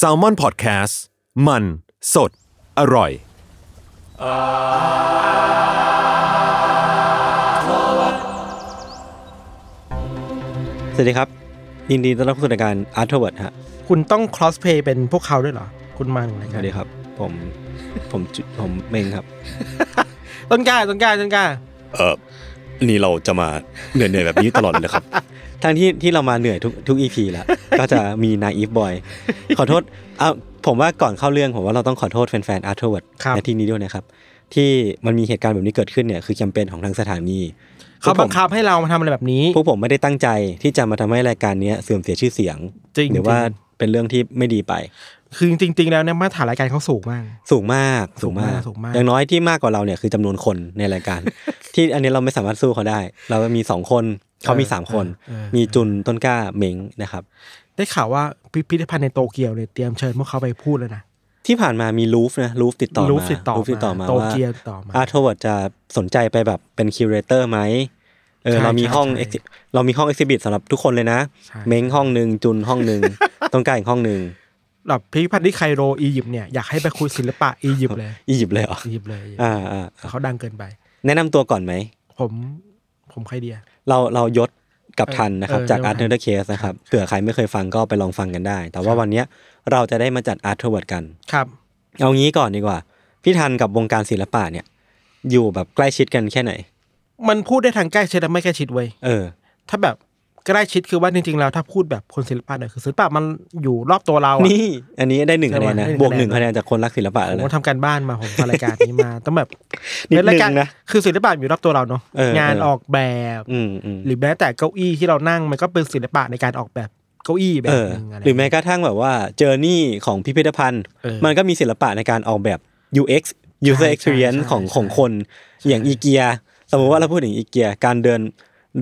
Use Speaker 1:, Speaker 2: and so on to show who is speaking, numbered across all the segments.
Speaker 1: s a l m o n PODCAST มันสดอร่อย
Speaker 2: สวัสดีครับ ยินดีต้อนรับเข้าสู่รายการ Art t o w a r d ฮะ
Speaker 3: คุณต้อง crossplay เป็นพวกเขาด้วยเหรอ คุณมาหนึ่งราย
Speaker 2: ส
Speaker 3: การ
Speaker 2: วัสดีครับ ผมผมจุผมเมงครับ
Speaker 3: ต้นกล้าต้นกล้าต้นกล้า
Speaker 4: เออนี่เราจะมาเหนื่อยๆแบบนี้ตลอดเลยนะครับ
Speaker 2: ทางที่ที่เรามาเหนื่อยทุกทุก EP แล้ว ก็จะมีนายอีฟบอย ขอโทษเอาผมว่าก่อนเข้าเรื่องผมว่าเราต้องขอโทษแฟนๆ Art t o w a r d
Speaker 3: ครับ
Speaker 2: ในที่นี้ด้วยนะครับ ที่มันมีเหตุการณ์แบบนี้เกิดขึ้นเนี่ยคือแคมเปญของทางสถานี
Speaker 3: เขาบังคั
Speaker 2: พวก
Speaker 3: บให้เรามาทำอะไรแบบนี้
Speaker 2: ผมพวกผมไม่ได้ตั้งใจที่จะมาทำให้รายการเนี้ยเสื่อมเสียชื่อเสียง
Speaker 3: จริง
Speaker 2: หรือว่า
Speaker 3: จริง
Speaker 2: เป็นเรื่องที่ไม่ดีไป
Speaker 3: คือจริง ๆ แล้วเนี่ยมาตรฐานรายการเขาสูงมาก
Speaker 2: สูงมากสูงมาก
Speaker 3: สูงมาก
Speaker 2: อย่างน้อยที่มากกว่าเราเนี่ยคือจำนวนคนในรายการ ที่อันนี้เราไม่สามารถสู้เขาได้ เรามีสองคนเขามีสามคน มีจุนต้นกล้าเมงนะครับ
Speaker 3: ได้ข่าวว่าพิพิธภัณฑ์ในโตเกียวเนี่ยเตรียมเชิญพวกเขาไปพูดแล้วนะ
Speaker 2: ที่ผ่านมามีลูฟนะลูฟติดต่อมา
Speaker 3: Louvre ติดต่อมา
Speaker 2: Louvre มา
Speaker 3: โต
Speaker 2: ว่า
Speaker 3: เกียวติดต่อมา
Speaker 2: อาร์ทเวิร์ดจะสนใจไปแบบเป็นคิวเรเตอร์ไหมเออ
Speaker 3: ใช่
Speaker 2: เรามีห้อง
Speaker 3: ใช่
Speaker 2: exhibit เรามีห้องเอ็กซิบิสำหรับทุกคนเลยนะ
Speaker 3: ใช่
Speaker 2: เมงห้องหนึ่งจุนห้องหนึ่ง ต้นกล้าอีกห้องหนึ่ง
Speaker 3: แบบพิพิธภัณฑ์ที่ไคโรอียิปต์เนี่ยอยากให้ไปคุยศิลปะอียิปต์เลย
Speaker 2: อียิปต์เลยเหรอ
Speaker 3: อียิปต์เลย
Speaker 2: อ่าอ่า
Speaker 3: แต่เขาดังเกินไป
Speaker 2: แนะนำตัวก่อนไหม
Speaker 3: ผมผมใครเดีย
Speaker 2: เราเรายศกับทันนะครับ
Speaker 3: เออ
Speaker 2: จาก
Speaker 3: เออ
Speaker 2: Art n e r d Case นะครับเผื่อใครไม่เคยฟังก็ไปลองฟังกันได้ แต่ว่าวันเนี้ยเราจะได้มาจัด Art t o w a r d กัน
Speaker 3: ครับ
Speaker 2: เอางี้ก่อนดีกว่า พี่ทันกับวงการศิลปะเนี่ย อยู่แบบใกล้ชิดกันแค่ไหน
Speaker 3: มันพูดได้ทางใกล้ชิดและไม่ใกล้ชิดเว้ย
Speaker 2: เออ
Speaker 3: ถ้าแบบใกล้ชิดคือว่าจริงๆแล้วถ้าพูดแบบคนศิลปะเนี่ยคือศิลปะมันอยู่รอบตัวเราอะ
Speaker 2: นี่ อันนี้ได้หนึ่ง
Speaker 3: ใช่
Speaker 2: คะ
Speaker 3: ไหม
Speaker 2: แนนนะ
Speaker 3: ได้หนึ่ง
Speaker 2: บวก
Speaker 3: คะแนน
Speaker 2: หนึ่งคะแนนจากคนรักศิลปะ
Speaker 3: ผ
Speaker 2: แล้ว
Speaker 3: ม
Speaker 2: นะ
Speaker 3: ก็ทำการบ้านมาผม ฟังรายการนี้มา ต้องแบบ
Speaker 2: นิดนึงนะ
Speaker 3: เป็รายการคือศิลปะอยู่รอบตัวเราเนาะ
Speaker 2: เออเออ
Speaker 3: งานออกแบบ
Speaker 2: อืมอืม
Speaker 3: หรือแม้แต่เก้าอี้ที่เรานั่งมันก็เป็นศิลปะในการออกแบบเก้าอี้แบ
Speaker 2: เอบ อ
Speaker 3: นึงอะไร
Speaker 2: หรือแม้กระทั่งแบบว่าเจอร์นี่ของพิพิธภัณฑ์
Speaker 3: เออ
Speaker 2: มันก็มีศิลปะในการออกแบบ UX
Speaker 3: ใช่
Speaker 2: user
Speaker 3: ใช่
Speaker 2: experience
Speaker 3: ใช่
Speaker 2: ของ
Speaker 3: ใช่
Speaker 2: ของคน อย่างอีเกีย สมมติว่าเราพูดถึงอีเกีย การเดิน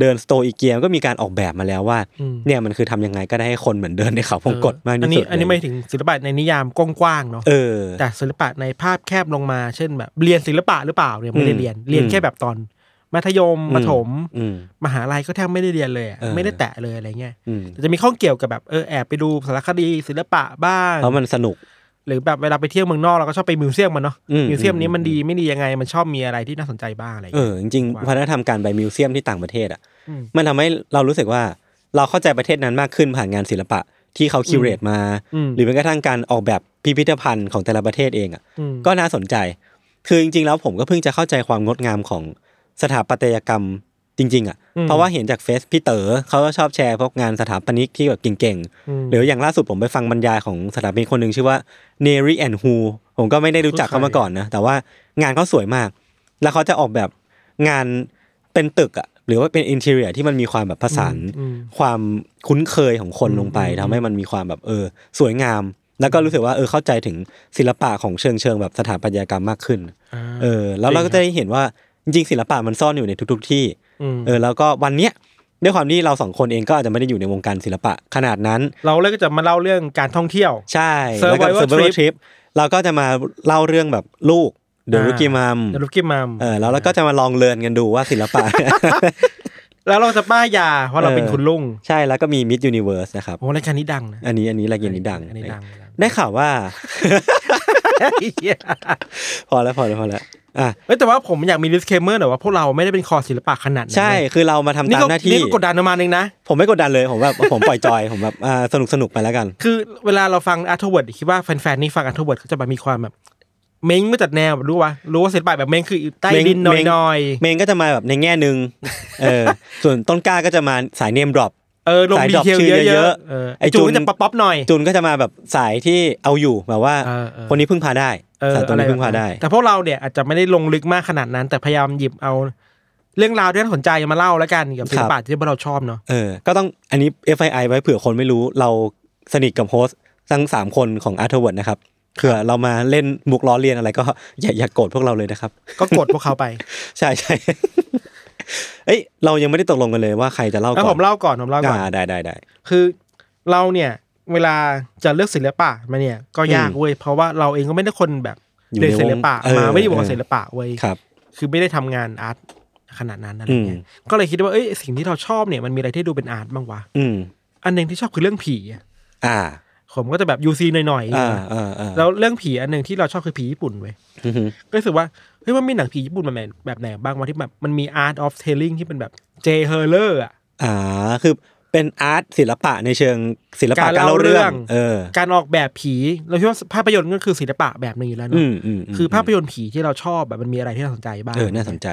Speaker 2: เดินสโตร์อีเกียก็มีการออกแบบมาแล้วว่า
Speaker 3: อืม
Speaker 2: เนี่ยมันคือทำยังไงก็ได้ให้คนเหมือนเดินในเขาวงกตมาก
Speaker 3: อัน
Speaker 2: ที่
Speaker 3: นี้
Speaker 2: สุด
Speaker 3: อันนี้
Speaker 2: เล
Speaker 3: ไม่
Speaker 2: ย
Speaker 3: ถึงศิลปะในนิยามกว้างๆเนาะ
Speaker 2: เออ
Speaker 3: แต่ศิลปะในภาพแคบลงมา เช่นแบบเรียนศิลปะหรือเปล่าเนี่ยไม่ได้
Speaker 2: อืม
Speaker 3: เรียนเรียน
Speaker 2: อืม
Speaker 3: แค่แบบตอน มัธยม
Speaker 2: อืม
Speaker 3: ประถม
Speaker 2: อืม
Speaker 3: มหาลัยก็แทบไม่ได้เรียนเลยอะ
Speaker 2: เออ
Speaker 3: ไม่ได้แตะเลยอะไรเงี้ย
Speaker 2: อืม
Speaker 3: แต่จะมีข้องเกี่ยวกับแบบเออแอบไปดูสารคดีศิลปะบ้าง
Speaker 2: เพราะมันสนุก
Speaker 3: หรือแบบเวลาไปเที่ยวเมืองนอกเราก็ชอบไปมิวเซียมมันเนาะ
Speaker 2: อืม
Speaker 3: มิวเซียมนี้มัน
Speaker 2: อืม
Speaker 3: ดีไม่ดียังไงมันชอบมีอะไรที่น่าสนใจบ้างอะไรอย่าง
Speaker 2: เอ
Speaker 3: เงี้ย
Speaker 2: อจริงๆ
Speaker 3: ว่า
Speaker 2: วัฒนธรรมการไปมิวเซียมที่ต่างประเทศอ่ะ
Speaker 3: อืม
Speaker 2: มันทำให้เรารู้สึกว่าเราเข้าใจประเทศนั้นมากขึ้นผ่านงานศิลปะที่เขาคิวเรตมา
Speaker 3: อืม
Speaker 2: หรือแม้กระทั่งการออกแบบพิพิธภัณฑ์ของแต่ละประเทศเองอ่ะ
Speaker 3: อืม
Speaker 2: ก็น่าสนใจ คือจริงๆ แล้วผมก็เพิ่งจะเข้าใจความงดงามของสถาปัตยกรรมจริง ๆ อ่ะ เพราะว่าเห็นจากเฟซพี่เต๋อเขาก็ชอบแชร์พวกงานสถาปนิกที่แบบเก่ง
Speaker 3: ม
Speaker 2: ๆ หรืออย่างล่าสุดผมไปฟังบรรยายของสถาปนิกคนหนึ่งชื่อว่าเนรีแอนฮูผมก็ไม่ได้รู้จักเขามาก่อนนะ แต่ว่างานเขาสวยมาก แล้วเขาจะออกแบบงานเป็นตึกอ่ะ หรือว่าเป็นอินเทอร์เนียที่มันมีความแบบผสาน
Speaker 3: อืมอืม
Speaker 2: ความคุ้นเคยของคนลงไปทำให้มันมีความแบบเออ สวยงาม แล้วก็รู้สึกว่าเออเข้าใจถึงศิลปะของเชิงเชิงแบบสถาปัตยกรรมมากขึ้น
Speaker 3: อ่า
Speaker 2: เออ แล้วเราก็จะได้เห็นว่าจริงๆศิลปะมันซ่อนอยู่ในทุก ๆ ที่
Speaker 3: ม
Speaker 2: เออ แล้วก็วันเนี้ยด้วยความที่เราสองคนเองก็อาจจะไม่ได้อยู่ในวงการศิลปะขนาดนั้น
Speaker 3: เราเลยก็จะมาเล่าเรื่องการท่องเที่ยว
Speaker 2: ใช่
Speaker 3: Survival
Speaker 2: แล้วก็
Speaker 3: Trip
Speaker 2: ทริปเราก็จะมาเล่าเรื่องแบบลูกเดอะ
Speaker 3: อ่า
Speaker 2: รุกิมัม
Speaker 3: เดรุกิมัม
Speaker 2: เออแล้วเราก็จะมาลองเรียนกันดูว่าศิล ปะ
Speaker 3: แล้วเราจะป้ายยาเพราะเรา
Speaker 2: เออ
Speaker 3: เป็นคุณลุง
Speaker 2: ใช่แล้วก็มีมิดยูนิเวิร์สนะครับ
Speaker 3: โอ้รายการนี้ดังนะ
Speaker 2: อันนี้อันนี้รายการนี้ดัง
Speaker 3: อันนี้ดังดัง
Speaker 2: ได้ข่าวว่า
Speaker 3: เหี้ย
Speaker 2: พอแล้วพอแล้วพอแล้วอ่ะ
Speaker 3: เอ้ยแต่ว่าผมอยากมี disclaimer หน่อยว่าพวกเราไม่ได้เป็นคอศิลปะขนาดนั้น
Speaker 2: ใช่
Speaker 3: เลย
Speaker 2: คือเรามาทำ
Speaker 3: นี่
Speaker 2: ตาม
Speaker 3: ก็
Speaker 2: หน้าที่
Speaker 3: นี่ก็กดดันประมาณนึงนะ
Speaker 2: ผมไม่กดดันเลยผมแบบ ผมปล่อยจอยผมแบบอ่าสนุกสนุกไปแล้วกัน
Speaker 3: คือเวลาเราฟังอาร์ทเวิร์ดคิดว่าแฟนๆนี่ฟังอาร์ทเวิร์ดเขาจะแบบมีความแบบเม้งไม่จัดแนวแบบรู้ว่ารู้ว่าศิลปะแบบเม้งคือใต้
Speaker 2: เม้ง
Speaker 3: ดินห
Speaker 2: เม้ง
Speaker 3: น่อย
Speaker 2: เมนก็จะมาแบบในแง่หนึ่งเออ ส่วนต้นกล้าก็จะมาสายเนมดรอป
Speaker 3: ๆเออลง
Speaker 2: สาย
Speaker 3: ดี
Speaker 2: ดอก
Speaker 3: เทล
Speaker 2: ชื่อ
Speaker 3: เย
Speaker 2: เย
Speaker 3: อะ
Speaker 2: อะ
Speaker 3: ๆ
Speaker 2: ๆ
Speaker 3: เออ
Speaker 2: ไอ้
Speaker 3: ไอ
Speaker 2: จู
Speaker 3: จู
Speaker 2: น
Speaker 3: นก็จะป๊อปๆหน่อย
Speaker 2: จูนก็จะมาแบบสายที่เอาอยู่แบบว่า
Speaker 3: เออเออ
Speaker 2: คนนี้พึ่งพาได้
Speaker 3: เออ
Speaker 2: สายตัว
Speaker 3: อะไร
Speaker 2: นี้พึ่งพาได้
Speaker 3: แต่พวกเราเนี่ยอาจจะไม่ได้ลงลึกมากขนาดนั้น แต่พยายามหยิบเอาเรื่องราวที่น่าสนใจมาเล่าแล้วกันกับศิลปะที่พวกเราชอบเนาะ
Speaker 2: เออ ก็ต้องอันนี้ FII ไว้เผื่อคนไม่รู้เรา สนิทกับโฮสต์ทั้งสามคนของอาร์ทเวิร์ดนะครับเผื่อเรามาเล่นมุกล้อเลียนอะไรก็อย่าอย่าโกรธพวกเราเลยนะครับ
Speaker 3: ก็กดพวกเขาไป
Speaker 2: ใช่ใช่ เอ้ยเรายังไม่ได้ตกลงกันเลย ว่าใครจะเล่าก่
Speaker 3: แล้
Speaker 2: อ
Speaker 3: วน ผมเล่าก่อนผมเล่าก่อน
Speaker 2: อ่าได้ได้ได้
Speaker 3: คือเราเนี่ยเวลาจะเลือกศิลปะมาเนี่ยก็ยาก
Speaker 2: อืม
Speaker 3: เว้ยเพราะว่าเราเองก็ไม่ได้คนแบบ
Speaker 2: อยู่
Speaker 3: เรียนศิลปะ
Speaker 2: ในวงเออ
Speaker 3: มาไม่ได้บอกว่า
Speaker 2: เออ
Speaker 3: ศิลปะเว้ย
Speaker 2: ครับ
Speaker 3: คือไม่ได้ทำงานอาร์ตขนาดนั้นอะไรเงี้ย
Speaker 2: อื
Speaker 3: ก็เลยคิดว่าเอ้ยสิ่งที่เราชอบเนี่ยมันมีอะไรที่ดูเป็นอาร์ตบ้างวะ
Speaker 2: อืม
Speaker 3: อันหนึ่งที่ชอบคือเรื่องผีอะ
Speaker 2: อ่า
Speaker 3: ผมก็จะแบบยูซีหน่อย
Speaker 2: อ่า
Speaker 3: ๆ
Speaker 2: อ่าอ่า
Speaker 3: แล้วเรื่องผีอันหนึ่งที่เราชอบคือผีญี่ปุ่นเว้ย
Speaker 2: อือหือ
Speaker 3: ก็รู้สึกว่าเฮ้ยมันมีหนังผีญี่ปุ่นแบบไหนแบบไหนบ้างวะที่แบบมันมี art of telling ที่เป็นแบบ J horror อะ
Speaker 2: อ่า คือเป็นอาร์ตศิลปะในเชิงศิลปะ
Speaker 3: การ
Speaker 2: การ
Speaker 3: เล่า
Speaker 2: เล่าเรื่อง
Speaker 3: เรื่อง
Speaker 2: เออ
Speaker 3: การออกแบบผีเราคิดว่าภาพยนตร์ก็คือศิลปะแบบหนึ่งอยู่แล้ว
Speaker 2: อื
Speaker 3: เนาะ
Speaker 2: มอืมม
Speaker 3: คือภาพยนตร์ผีที่เราชอบแบบมันมีอะไรที่น่าสนใจบ้าง
Speaker 2: เออ น่าสนใจ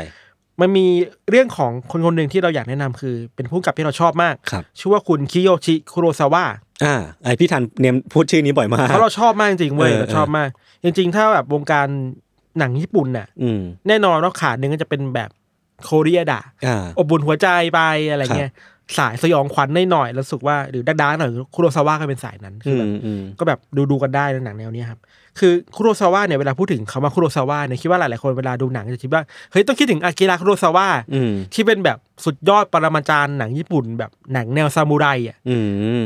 Speaker 3: มันมีเรื่องของคนคนหนึ่งที่เราอยากแนะนำคือ เป็นผู้กำกับที่เราชอบมาก
Speaker 2: ครับ
Speaker 3: ชื่อว่าคุณคิโยชิคุโรซาวะ
Speaker 2: อ่า ไอพี่ทันเนมพูดชื่อนี้บ่อยมาก
Speaker 3: เพราะเราชอบมากจริงๆเว้ย
Speaker 2: เออ
Speaker 3: เราชอบมาก จริง ๆ ถ้าแบบวงการหนังญี่ปุ่นน่ะ
Speaker 2: อืม
Speaker 3: แน่นอนว่าขาดหนึ่งก็จะเป็นแบบโคเรียดะ
Speaker 2: อ่า
Speaker 3: อบบุญหัวใจไปอะไรเงี้ยสายสยองขวัญหน่อยๆแล้วรู้สึกว่าหรือดักดาร์กๆหน่อยคุโรซาวะก็เป็นสายนั้นคื
Speaker 2: อืม
Speaker 3: อแบบ
Speaker 2: อืม
Speaker 3: ก็แบบดูดูกันได้ในหนังแนวเนี้ยครับ คือคุโรซาวะเนี่ยเวลาพูดถึงคำว่าคุโรซาวะเนี่ยคิดว่าหลาย ๆ คนเวลาดูหนังจะคิดว่าเฮ้ยต้องคิดถึงอากิระคุโรซาวะ
Speaker 2: อืม
Speaker 3: ที่เป็นแบบสุดยอดปรมาจารย์หนังญี่ปุ่น แบบหนังแนวซามูไรอ่ะ
Speaker 2: อืม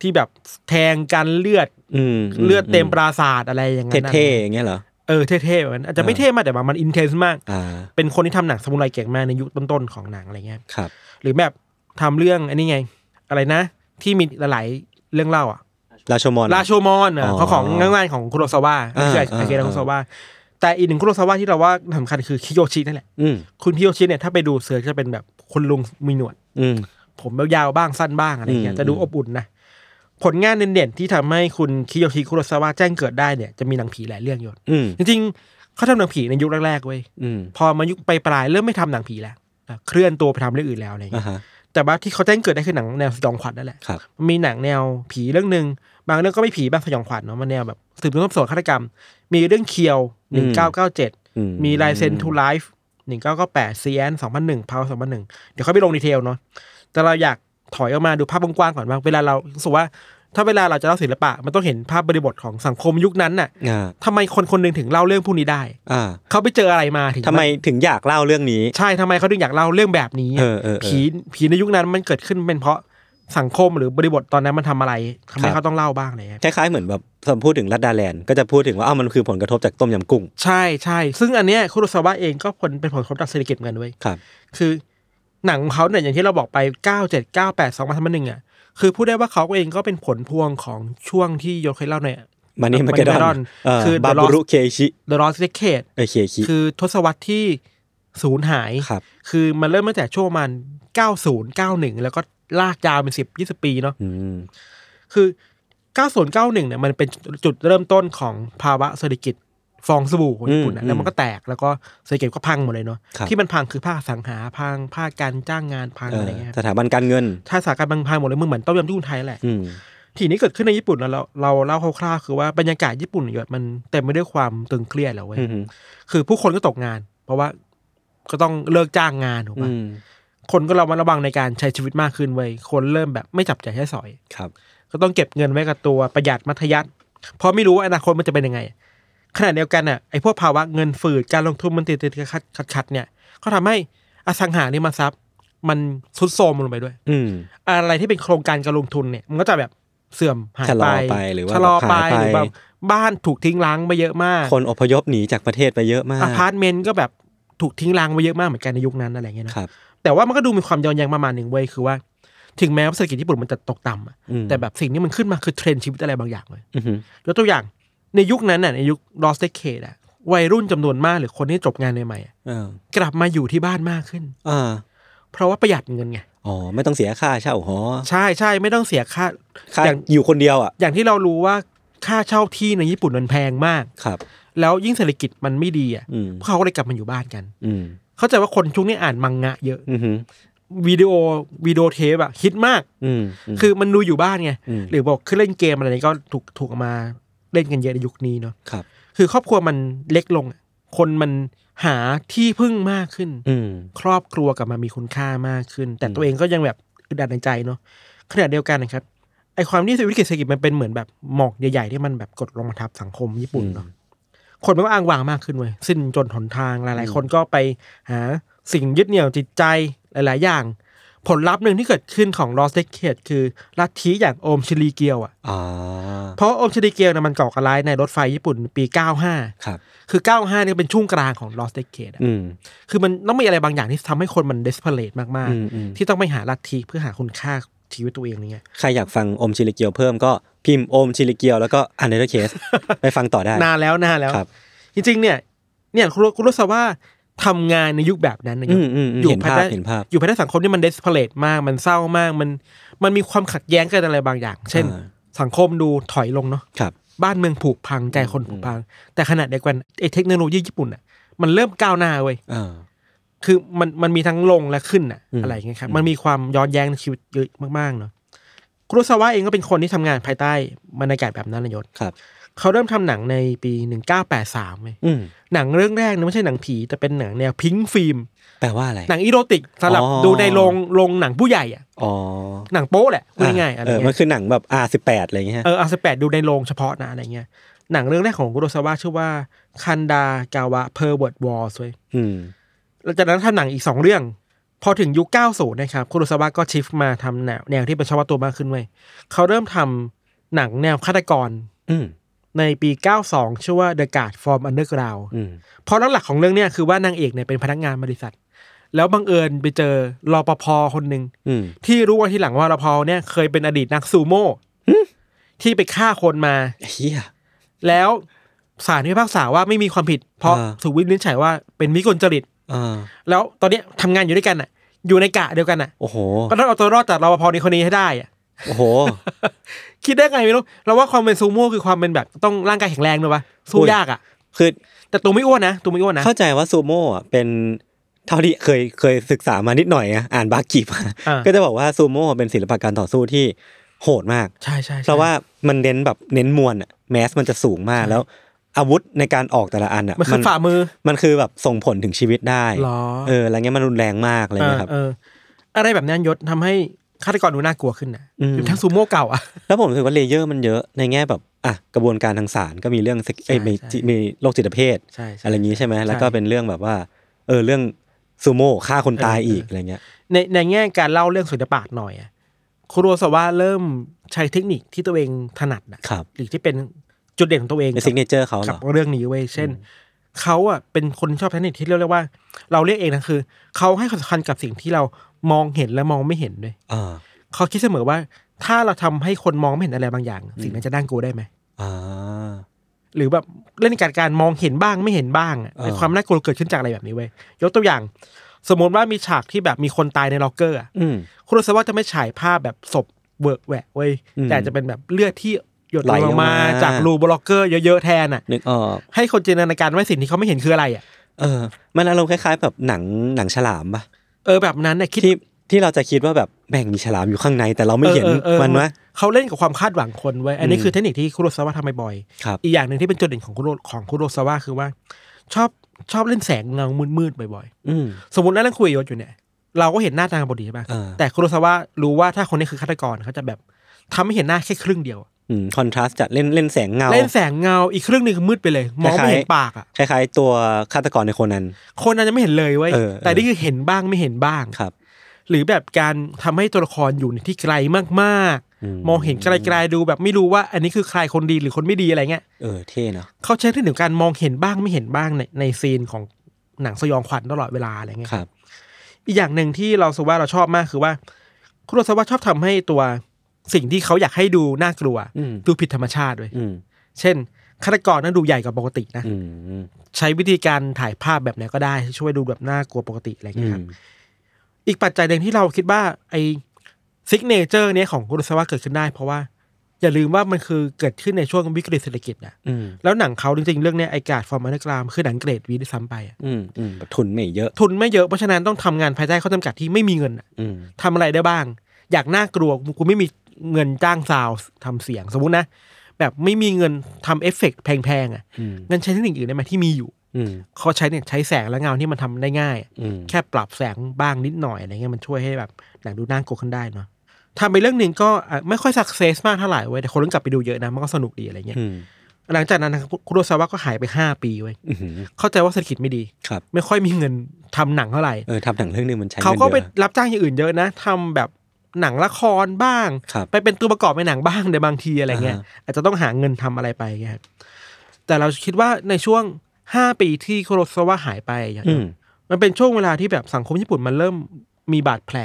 Speaker 3: ที่แบบแทงกันเลือด
Speaker 2: อืม
Speaker 3: เลือดเต็มปราศาสตร์อะไรอย่างนั้นน่ะ
Speaker 2: เท่ๆอย่างเงี้ยเหรอ
Speaker 3: เออเท่ๆแบบนั้นอาจจะไม่เท่มากแต่ว่ามันอินเทนส์มาก
Speaker 2: อ่า
Speaker 3: เป็นคนที่ทำหนังซามูไรเก่งมากในยุคต้น ๆ ของหนังอะไรเงี้ย
Speaker 2: ครับ
Speaker 3: หรือแบบทำเรื่องอันนี้ไง อะไรนะ ที่มีหลายๆเรื่องเล่าอ่ะ
Speaker 2: ราชมอน
Speaker 3: ราโชมอนอ่ะ
Speaker 2: อ๋อ
Speaker 3: เขาของงานของคุโรซาวะ
Speaker 2: อ่า
Speaker 3: คืออาเกระ
Speaker 2: อ่า
Speaker 3: คุโรซาวะแต่อีกหนึ่งคุโรซาวะที่เราว่าสำคัญคือคิโยชินั่นแหละ
Speaker 2: อืม
Speaker 3: คุณคิโยชิเนี่ยถ้าไปดูเสือจะเป็นแบบคนลุงมีหนวด
Speaker 2: อืม
Speaker 3: ผมยาวๆบ้างสั้นบ้างอะไรเงี้
Speaker 2: อืม
Speaker 3: ยแต่ดูอบอุ่นนะ ผลงานเด่นๆที่ทำให้คุณคิโยชิคุโรซาวะแจ้งเกิดได้เนี่ยจะมีหนังผีหลายเรื่องอยู่
Speaker 2: อืม
Speaker 3: จริงๆเขาทำหนังผีในยุคแรกๆเว้ย
Speaker 2: อืม
Speaker 3: พอมายุคไปปลายๆเริ่มไม่ทำหนังผีแล้วอ่ะเคลื่อนตัวไปทำเรื่องอื่นแล้วอะไร
Speaker 2: อ่า
Speaker 3: เงี้ย
Speaker 2: ฮะ
Speaker 3: แต่ว่าที่เขาแจ้งเกิดได้คือหนังแนวสยองขวัญนั่นแหละ
Speaker 2: ครับ
Speaker 3: มีหนังแนวผีเรื่องหนึ่งบางเรื่องก็ไม่ผีบ้างสยองขวัญเนาะมันแนวแบบสืบสวนสอบสวนฆาตกรรม มีเรื่องเคียวหนึ่งเก้าเก้าเจ็ด
Speaker 2: อืม
Speaker 3: มีลายเซนทูไลฟ์หนึ่งเก้าเก้าแปดซีแอนสองพันหนึ่งพาวสองพันหนึ่งเดี๋ยวค่อยไปลงดีเทลเนาะแต่เราอยากถอยออกมาดูภาพกว้างๆก่อนว่าเวลาเรารู้สึกว่า ถ้าเวลาเราจะเล่าศิลปะ มันต้องเห็นภาพบริบทของสังคมยุคนั้นน่ะ
Speaker 2: อ่า
Speaker 3: ทำไมคนคนหนึ่งถึงเล่าเรื่องพวกนี้ได้
Speaker 2: อ่า
Speaker 3: เขาไปเจออะไรมาถึง
Speaker 2: ทำไมถึงอยากเล่าเรื่องนี้
Speaker 3: ใช่ทำไมเขาถึงอยากเล่าเรื่องแบบนี้ะ
Speaker 2: เออเออเออ
Speaker 3: ผีผีในยุคนั้นมันเกิดขึ้นเป็นเพราะสังคมหรือบริบทตอนนั้นมันทำอะไรทำไม
Speaker 2: ครับ
Speaker 3: เขาต้องเล่าบ้างอะไรเนี่ย
Speaker 2: คล้ายๆเหมือนแบบสมพูดถึงรัดดาแลนด์ก็จะพูดถึงว่าอ้าวมันคือผลกระทบจากต้มยำกุ้ง
Speaker 3: ใช่ใช่ซึ่งอันเนี้ยคุโรซาวะเองก็ผลเป็นผลกระทบจากเศรษฐกิจเหมือนกันเว้ย
Speaker 2: ครับ
Speaker 3: คือหนังของเขาเนี่ยอย่างที่เราบอกไป 9 7 9 8 2 0 0 1อ่ะคือพูดได้ว่าเขาเองก็เป็นผลพวงของช่วงที่โยนเคยเล่าเนี่ย
Speaker 2: มานี่มา
Speaker 3: Money
Speaker 2: เกดอน
Speaker 3: Mageddon คือ The
Speaker 2: บาบูรุ
Speaker 3: Lost
Speaker 2: เคชิ
Speaker 3: The Lost Decade
Speaker 2: เออเคชิ
Speaker 3: คือทศวรรษที่สูญหาย
Speaker 2: ครับ
Speaker 3: คือมันเริ่มตั้งแต่ช่วงประมัน 90 91 แล้วก็ลากยาวเป็น10 20 ปีเนาะ
Speaker 2: อืม
Speaker 3: คือ 9091 เนี่ยมันเป็นจุดเริ่มต้นของภาวะเศรษฐกิจฟองสบู่ของญี่ปุ่น
Speaker 2: อื
Speaker 3: นะ
Speaker 2: ม
Speaker 3: แล้วมันก็แตกแล้วก็เศรษฐกิจก็พังหมดเลยเนาะ
Speaker 2: ครับ
Speaker 3: ที่มันพังคือภาคอสังหาพังภาคการจ้างงานพัง
Speaker 2: เอ
Speaker 3: อะไร
Speaker 2: อ
Speaker 3: เงี้ย
Speaker 2: สถาบันการเงิน
Speaker 3: ถ้าสถานการณ์พังพังหมดเลยมึงเหมือนต้มยำที่คุณไทยแหละ
Speaker 2: อืม
Speaker 3: ทีนี้เกิดขึ้นในญี่ปุ่นแล้วเราเราเล่าคร่าวๆคือว่าบรรยากาศญี่ปุ่นเนี่ยมันเต็มไปด้วยความตึงเครียดแหละเว้ย
Speaker 2: อืม
Speaker 3: คือผู้คนก็ตกงาน เพราะว่าก็ต้องเลิกจ้างงานถูก
Speaker 2: อื
Speaker 3: ปะ
Speaker 2: ม
Speaker 3: คนก็ระมัดระวังในการใช้ชีวิตมากขึ้นเว้ยคนเริ่มแบบไม่จับจ่ายใช้สอย
Speaker 2: ครับ
Speaker 3: ก็ต้องเก็บเงินไว้กับตัวประหยัดมัธยัติเพราะไม่รู้ว่าอนาคตมันจะเป็นยังไงขณะเดียวกันน่ะไอ้พวกภาวะเงินฝืดการลงทุนมันติดติดขัดขัดขัดๆเนี่ยก็ทำให้อสังหาริมทรัพย์ มันทรุดโทรมลงไปด้วย
Speaker 2: อืม
Speaker 3: อะไรที่เป็นโครงการการลงทุนเนี่ยมันก็จะแบบเสื่อมหาย
Speaker 2: ชะล
Speaker 3: ไป
Speaker 2: อไปหรือว่า
Speaker 3: ชะลอไป
Speaker 2: หายไป
Speaker 3: หรือแบบบ้านถูกทิ้งร้างไปเยอะมาก
Speaker 2: คนอพยพหนีจากประเทศไปเยอะมาก
Speaker 3: อพาร์ตเมนต์ก็แบบถูกทิ้งร้างไปเยอะมากเหมือนกันในยุคนั้นอะไรอย่างเงี้ยนะครับ แต่ว่ามันก็ดูมีความย้อนแย้งประมาณหนึ่งเว้ยคือว่า ถึงแม้ว่าเศรษฐกิจญี่ปุ่นมันจะตกต่ำอะ
Speaker 2: อืม
Speaker 3: แต่แบบสิ่งที่มันขึ้นมาคือเทรนด์ชีวิตอะไรบางอย่างเลย
Speaker 2: อือหือย
Speaker 3: กตัวอย่างในยุคนั้นน่ะในยุค lost decade อะวัยรุ่นจำนวนมากหรือคนที่จบงานใหม่ๆอะ
Speaker 2: อ่าก
Speaker 3: ลับมาอยู่ที่บ้านมากขึ้น
Speaker 2: อ่า
Speaker 3: เพราะว่าประหยัดเงินไง
Speaker 2: อ๋อ ไม่ต้องเสียค่าเช่าหอ
Speaker 3: ใช่ใช่ไม่ต้องเสียค่า
Speaker 2: ค่า
Speaker 3: อย่าง
Speaker 2: อยู่คนเดียวอ่ะ
Speaker 3: อย่างที่เรารู้ว่าค่าเช่าที่ในญี่ปุ่นมันแพงมาก
Speaker 2: ครับ
Speaker 3: แล้วยิ่งเศรษฐกิจมันไม่ดีอ่ะ
Speaker 2: อืม
Speaker 3: พวกเขาก็เลยกลับมาอยู่บ้านกัน
Speaker 2: อืม
Speaker 3: เข้าใจว่าคนช่วงนี้อ่านมังงะเยอะ
Speaker 2: อือหือ
Speaker 3: วิดีโอวิดีโอเทปอะฮิตมาก
Speaker 2: อืม
Speaker 3: คือมันดูอยู่บ้านไง
Speaker 2: อืม
Speaker 3: หรือบอกคือเล่นเกมอะไรนี้ก็ถูกถูกเอามาเล่นกันเยอะในยุคนี้เนาะ
Speaker 2: ครับ
Speaker 3: คือครอบครัวมันเล็กลงอะคนมันหาที่พึ่งมากขึ้น
Speaker 2: อืม
Speaker 3: ครอบครัวกลับมามีคุณค่ามากขึ้น แต่
Speaker 2: อืม
Speaker 3: ตัวเองก็ยังแบบอึดอัดในใจเนาะขณะเดียวกันนะครับ ไอความที่วิกฤตเศรษฐกิจมันเป็นเหมือนแบบหมอกใหญ่ๆที่มันแบบกดลงมาทับสังคมญี่ปุ่นเนาะคนมันก็อ้างว้างมากขึ้นเว้ยสิ้นจนหนทางหลายๆ คนก็ไปหาสิ่งยึดเหนี่ยวจิตใจหลาย ๆ อย่าง ผลลัพธ์หนึ่งที่เกิดขึ้นของ Lost Decade คือลัทธิอย่างโอมชิริเกียวอ่ะ
Speaker 2: อ๋อ
Speaker 3: เพราะโอมชิริเกียวเนี่ยมันก่อการร้ายในรถไฟญี่ปุ่นปี 95
Speaker 2: ครับ
Speaker 3: คือ 95เนี่ยเป็นช่วงกลางของ Lost Decade อะ
Speaker 2: อืม
Speaker 3: คือมันต้องมีอะไรบางอย่างที่ทำให้คนมัน desperate มาก
Speaker 2: อืมอืม
Speaker 3: ๆ ที่ต้องไปหาลัทธิเพื่อหาคุณค่าชีวิตตัวเองนี่ไง
Speaker 2: ใครอยากฟังโอมชิลิเกียวเพิ่มก็พิมพ์โอมชิลิเกียวแล้วก็อันเดอร์เค ส ไปฟังต่อได้
Speaker 3: นานแล้วนานแล้ว
Speaker 2: ครับ
Speaker 3: จริงๆ เนี่ย เนี่ยคุณรู้คุณรู้สึกว่าทำงานในยุคแบบนั้นนะ
Speaker 2: อืมอืมอืม
Speaker 3: อยู่
Speaker 2: เห็น
Speaker 3: ภาย
Speaker 2: ภาพ
Speaker 3: ใต้
Speaker 2: เห็นภาพ
Speaker 3: อยู่ภายใต้สังคมที่มัน desperate มาก มันเศร้ามาก มัน มันมีความขัดแย้งกันอะไรบางอย่าง เช่น
Speaker 2: อ่า
Speaker 3: สังคมดูถอยลงเนาะ
Speaker 2: ครับ
Speaker 3: บ้านเมืองผูกพังใจคนผูกพัง แต่ขณะเดียวกันไอ้เทคโนโลยีญี่ปุ่นอ่ะ มันเริ่มก้าวหน้าเว้ย
Speaker 2: อ่า
Speaker 3: คือมันมันมีทั้งลงและขึ้นอะ
Speaker 2: อืม
Speaker 3: อะไรอย่างเงี้ยครับ
Speaker 2: อืม
Speaker 3: มันมีความย้อนแย้งในชีวิตเยอะมากๆเนาะคุโรซาวะเองก็เป็นคนที่ทำงานภายใต้บรรยากาศแบบนั้นนะยศ
Speaker 2: ครับ
Speaker 3: เขาเริ่มทำหนังในปี 1983เว้ย
Speaker 2: อืม
Speaker 3: หนังเรื่องแรกนะไม่ใช่หนังผี แต่เป็นหนังแนวพิงค์ฟิล์ม
Speaker 2: แปลว่าอะไร
Speaker 3: หนังอีโรติกสำหรับ
Speaker 2: อ๋อ
Speaker 3: ดูในโรงโรงหนังผู้ใหญ่อะ
Speaker 2: อ๋อ
Speaker 3: หนังโป๊แหละพูด
Speaker 2: อ่ะ
Speaker 3: ง่ายๆอะไร
Speaker 2: เออมั
Speaker 3: เงี้
Speaker 2: น
Speaker 3: ย
Speaker 2: คือหนังแบบ R18 อะไรอย่างเงี้ยฮะ
Speaker 3: เอออาสแปดดูในโรงเฉพาะนะอะไรเงี้ยหนังเรื่องแรกของคุโรซาวะชื่อว่าคันดากาวะเพอร์เวิร์ดวอลส์เว้ย
Speaker 2: อืม
Speaker 3: หลังจากนั้นทำหนังอีก 2 เรื่อง พอถึงยุค 90 นะครับคุโรซาวะก็ชิฟมาทำแนวแนวที่เป็นชาวะตัวมากขึ้นเว้ยเขาเริ่มทำหนังแนวฆาตกร
Speaker 2: อืม
Speaker 3: ในปี 92 ชื่อว่า The Guard from Underground
Speaker 2: อืม
Speaker 3: เพราะหลักๆของเรื่องเนี้ยคือว่านางเอกเนี่ยเป็นพนักงานบริษัท แล้วบังเอิญไปเจอรอปภคนหนึ่ง
Speaker 2: อืม
Speaker 3: ที่รู้ว่าทีหลังว่ารอปภเนี่ยเคยเป็นอดีตนักซูโม่ที่ไปฆ่าคนมา
Speaker 2: เฮีย
Speaker 3: แล้วศาลพิพากษาว่าไม่มีความผิด เพราะ
Speaker 2: อ่า
Speaker 3: ถูกวินิจฉัยว่าเป็นวิกลจริต
Speaker 2: อ่า
Speaker 3: แล้วตอนเนี้ยทำงานอยู่ด้วยกันอ่ะ อยู่ในกะเดียวกันอ่ะ
Speaker 2: โอ้โห
Speaker 3: ก็ต้องเอาตัวรอดจากรปภในคนนี้ให้ได้อ่ะ
Speaker 2: โอ้โห
Speaker 3: คิดได้ไงไม่รู้เราว่าความเป็นซูโม่คือความเป็นแบบต้องร่างกายแข็งแรงด้วยปะสู้
Speaker 2: อุ้ย
Speaker 3: ยากอ่ะ
Speaker 2: คือ
Speaker 3: แต่ตัวไม่อ้วนนะตัวไม่อ้วนนะ
Speaker 2: เข้าใจว่าซูโม่อะเป็นเท่าที่ เคยเคยศึกษามานิดหน่อยอะอ่านบากิมา
Speaker 3: อ่า
Speaker 2: ก็จะบอกว่าซูโม่เป็นศิลปะการต่อสู้ที่โหดมาก
Speaker 3: ใช่ใช่ใช่
Speaker 2: เพราะว่ามันเน้นแบบเน้นมวลอะแมสมันจะสูงมากแล้ว อาวุธในการออกแต่ละอันอะ
Speaker 3: มันคือฝ่ามือ
Speaker 2: มันคือแบบส่งผลถึงชีวิตได้
Speaker 3: หรอ
Speaker 2: เอออะไรเงี้ยมันรุนแรงมากอะไร
Speaker 3: เออ
Speaker 2: เงี้ยครับ
Speaker 3: เอออะไรแบบนั้นยศทำให้ฆาตกรดูน่ากลัวขึ้นนะ
Speaker 2: อืม
Speaker 3: ทั้งซูโม่เก่าอ่ะ
Speaker 2: แล้วผมรู้สึกว่าเลเยอร์มันเยอะในแง่แบบอ่ะกระบวนการทางศาลก็มีเรื่องเซ็กเอ้ย
Speaker 3: ใช่
Speaker 2: มี
Speaker 3: ใช่
Speaker 2: จิมีโรคจิตเภท
Speaker 3: ใช่ใช่
Speaker 2: อะไรอย่างนี้ใช่ไหมแล้วก็
Speaker 3: ใช่
Speaker 2: เป็นเรื่องแบบว่า เออเรื่องซูโม่ฆ่าคนตาย
Speaker 3: เอออี
Speaker 2: อีกอะไรเงี้ย
Speaker 3: ในในแง่การเล่าเรื่องศิลปะหน่อยอ่ะคุโรซาวะเริ่มใช้เทคนิคที่ตัวเองถนัดอ่ะ
Speaker 2: ครับ
Speaker 3: หรือที่เป็นจุดเด่นของตัวเอง
Speaker 2: ใน
Speaker 3: กับ
Speaker 2: ซิกเนเจอร์เขาเหร
Speaker 3: กับ
Speaker 2: อ
Speaker 3: เรื่องนี้เว้ยเช่น เขาอ่ะเป็นคนชอบเทคนิคที่เรียกว่า เราเรียกเองนะคือ เขาให้ความสำคัญกับสิ่งที่เรามองเห็นและมองไม่เห็นด้วย
Speaker 2: อ่า
Speaker 3: เขาคิดเสมอว่า ถ้าเราทำให้คนมองไม่เห็นอะไรบางอย่าง สิ่งนั้นจะด้านกูได้ไหม
Speaker 2: อ่า
Speaker 3: หรือแบบเล่นการการมองเห็นบ้างไม่เห็นบ้างอะ
Speaker 2: เออ
Speaker 3: ความน่ากลัวเกิดขึ้นจากอะไรแบบนี้เว้ยยกตัวอย่าง สมมติว่ามีฉากที่แบบมีคนตายในล็อกเกอร์อะ
Speaker 2: อืม
Speaker 3: คุณรู้สึกว่าจะไม่ฉายภาพแบบศพเวิร์กแหวะเว้ย
Speaker 2: อืม
Speaker 3: แต่จะเป็นแบบเลือดที่หยด
Speaker 2: ไหล
Speaker 3: ล
Speaker 2: ออง กมา
Speaker 3: มาจากรูบล็อกเกอร์เยอะๆแทนอ่ะ
Speaker 2: นึกออก
Speaker 3: ให้คนจินตนาการว่าสิ่งที่เขาไม่เห็นคืออะไรอ่ะ
Speaker 2: เออ มันอารมณ์คล้ายๆแบบหนังหนังฉลามปะ
Speaker 3: เออแบบนั้นเนี่ยคิด
Speaker 2: ที่ที่เราจะคิดว่าแบบแบ่งมีฉลามอยู่ข้างใน แต่เราไม่เห็น
Speaker 3: ออออ
Speaker 2: มันวะ
Speaker 3: เขาเล่นกับความคาดหวังคนไว้ยอันนี้
Speaker 2: อืม
Speaker 3: คือเทคนิคที่คุโรซาวะทำบ่อย
Speaker 2: ครับ
Speaker 3: ๆอีกอย่างหนึ่งที่เป็นจุดเด่นของคุโรของคุโรซาวะคือว่า ชอบชอบเล่นแสงเงามืดๆบ่อย
Speaker 2: อืม
Speaker 3: ๆ สมมตินั่งคุยกับยศอยู่เนี่ย เราก็เห็นหน้าตาบดีใช่ปะ
Speaker 2: เออ
Speaker 3: แต่คุโรซาวะรู้ว่าถ้าคนนี้คือฆาตกรเขาจะแบบทำให้เห็นหน้าแค่ครึ่งเดียว
Speaker 2: อืมคอนทราสต์จัดเล่นเล่นแสงเงา
Speaker 3: เล่นแสงเงาอีกครึ่งหนึ่งคือมืดไปเลย มองไม่เห็น
Speaker 2: คล้ายๆ
Speaker 3: ปากอ่ะ
Speaker 2: คล้ายๆตัวฆาตกรในคนนั้น
Speaker 3: คนอาจจะไม่เห็นเลยเว้ย
Speaker 2: เออเออ
Speaker 3: แต่นี่คือเห็นบ้างไม่เห็นบ้าง
Speaker 2: ครับ
Speaker 3: หรือแบบการทำให้ตัวละครอยู่ในที่ไกลมาก
Speaker 2: อืม
Speaker 3: ๆ มองเห็นไกลๆดูแบบไม่รู้ว่า อันนี้คือใครคนดีหรือคนไม่ดีอะไรเงี้ย
Speaker 2: เออเท่เนาะ
Speaker 3: เขาใช้เรื่องของการมองเห็นบ้างไม่เห็นบ้างในในซีนของหนังสยองขวัญตลอดเวลาอะไรเงี้ย
Speaker 2: ครับ
Speaker 3: อีกอย่างหนึ่งที่เราสกว่าเราชอบมากคือว่า คุณโรสว่าชอบทำให้ตัวสิ่งที่เขาอยากให้ดูน่ากลัว
Speaker 2: อืม
Speaker 3: ดูผิดธรรมชาติด้วย
Speaker 2: อืม
Speaker 3: เช่นฆาตกรนั้นดูใหญ่กว่าปกตินะ
Speaker 2: อืมอืม
Speaker 3: ใช้วิธีการถ่ายภาพแบบไหนก็ได้ช่วยดูแบบน่ากลัวปกติอะไร
Speaker 2: อื
Speaker 3: เงี้ยค
Speaker 2: ม
Speaker 3: รับ อีกปัจจัยหนึ่งที่เราคิดว่าไอซิกเนเจอร์เนี้ยของคุโรซาวะเกิดขึ้นได้ เพราะว่า อย่าลืมว่ามันคือเกิดขึ้นในช่วงวิกฤตเศรษฐกิจนะ
Speaker 2: อืม
Speaker 3: แล้วหนังเขาจริงๆ เรื่องเนี้ยไอการฟอร์มอันกรามคือหนังเกรดวีด้วยซ้ำไปอะ
Speaker 2: อืมอืมแบบทุนไม่เยอะ
Speaker 3: ทุนไม่เยอะเพราะฉะนั้นต้องทำงานภายใต้ข้อจำกัดที่ไม่มีเงินอะ
Speaker 2: อืม
Speaker 3: ทำอะไรได้บ้าง อยากน่ากลัวกูไม่มีเงินจ้างซาวด์ทำเสียงสมมุตินะ แบบไม่มีเงินทำเอฟเฟกต์แพงๆอ่ะ
Speaker 2: อืม
Speaker 3: งั้นใช้เทคนิคอื่นได้ไหมที่มีอยู่
Speaker 2: อืม
Speaker 3: เขาใช้เนี่ยใช้แสงและเงาที่มันทำได้ง่ายอะ
Speaker 2: อืม
Speaker 3: แค่ปรับแสงบ้างนิดหน่อยอะไรเงี้ยมันช่วยให้แบบหนังดูน่ากลัวขึ้นได้เนาะ ทำไปเรื่องหนึ่งก็อ่ะไม่ค่อยสักเซสมากเท่าไหร่เว้ยแต่คนรุ่นกลับไปดูเยอะนะมันก็สนุกดีอะไรเงี้ย
Speaker 2: อืม
Speaker 3: หลังจากนั้นนะครับคุโรซาวะก็หายไปห้าปีเว้ย
Speaker 2: อื้อหือ
Speaker 3: เข้าใจว่าเศรษฐกิจไม่ดี
Speaker 2: ครับ
Speaker 3: ไม่ค่อยมีเงินทำหนังเท่าไหร่
Speaker 2: เออทำหนังเรื่องหนึงมันใช้
Speaker 3: เขา
Speaker 2: งิน
Speaker 3: ก็
Speaker 2: ยอะ
Speaker 3: ไปรับจ้างอย่างอื่นเยอะนะทำแบบหนังละครบ้าง
Speaker 2: ครับ
Speaker 3: ไปเป็นตัวประกอบในหนังบ้างในบางทีอะไรเงี้ย
Speaker 2: อ่าฮะ
Speaker 3: อาจจะต้องหาเงินทำอะไรไปเงี้ยครับแต่เราคิดว่าในช่วงห้าปีที่โคโรซาวะหายไปอย่าง
Speaker 2: อื
Speaker 3: เงี้
Speaker 2: ม
Speaker 3: ยมันเป็นช่วงเวลาที่แบบสังคมญี่ปุ่นมันเริ่มมีบาดแผล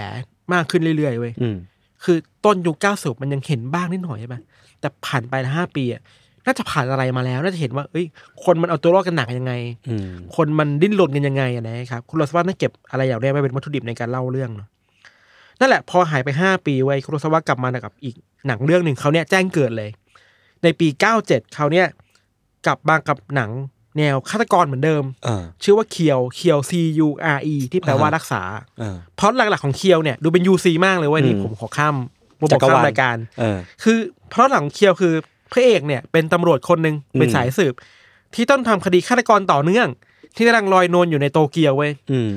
Speaker 3: มากขึ้นเรื่อยๆเว้ย
Speaker 2: อืม
Speaker 3: คือต้นยุคเก้าสิบมันยังเห็นบ้างนิดหน่อยใช่ไหมแต่ผ่านไปห้าปีอะน่าจะผ่านอะไรมาแล้ว น่าจะเห็นว่าเอ้ยคนมันเอาตัวรอดกันหนักยังไง
Speaker 2: อืม
Speaker 3: คนมันดิ้นรนกันยังไงอะนะครับคุณโรซาวะน่าเก็บอะไรอย่างเนี้ยไว้เป็นวัตถุดิบในการเล่าเรื่องเนาะนั่นแหละพอหายไปห้าปีไว้ยคุณโรซาวะกลับมากับอีกหนังเรื่องหนึ่งเขาวเนี่ยแจ้งเกิดเลย ในปีเก้าเจ็ดเขาวเนี่ยกลับมากับหนังแนวฆาตกรเหมือนเดิม
Speaker 2: เออ
Speaker 3: ชื่อว่าเคียวเคียว C U R E ที่แปลว่า
Speaker 2: อ่าฮะ
Speaker 3: รักษา
Speaker 2: เออ
Speaker 3: เพราะหลักๆของเคียวเนี่ยดูเป็น U C มากเลยเว้ยนี่
Speaker 2: อืม
Speaker 3: ผมขอข้ามผม
Speaker 2: จั
Speaker 3: บอก
Speaker 2: กรวาล
Speaker 3: ข้ามรายการ
Speaker 2: เออ
Speaker 3: คือเพราะหลังเคียวคือพระเอกเนี่ยเป็นตำรวจคนหนึ่ง
Speaker 2: อืม
Speaker 3: เป็นสายสืบ ที่ต้องทำคดีฆาตกรต่อเนื่อง ที่กำลังลอยนวลอยู่ในโตเกียวเว้ย
Speaker 2: อืม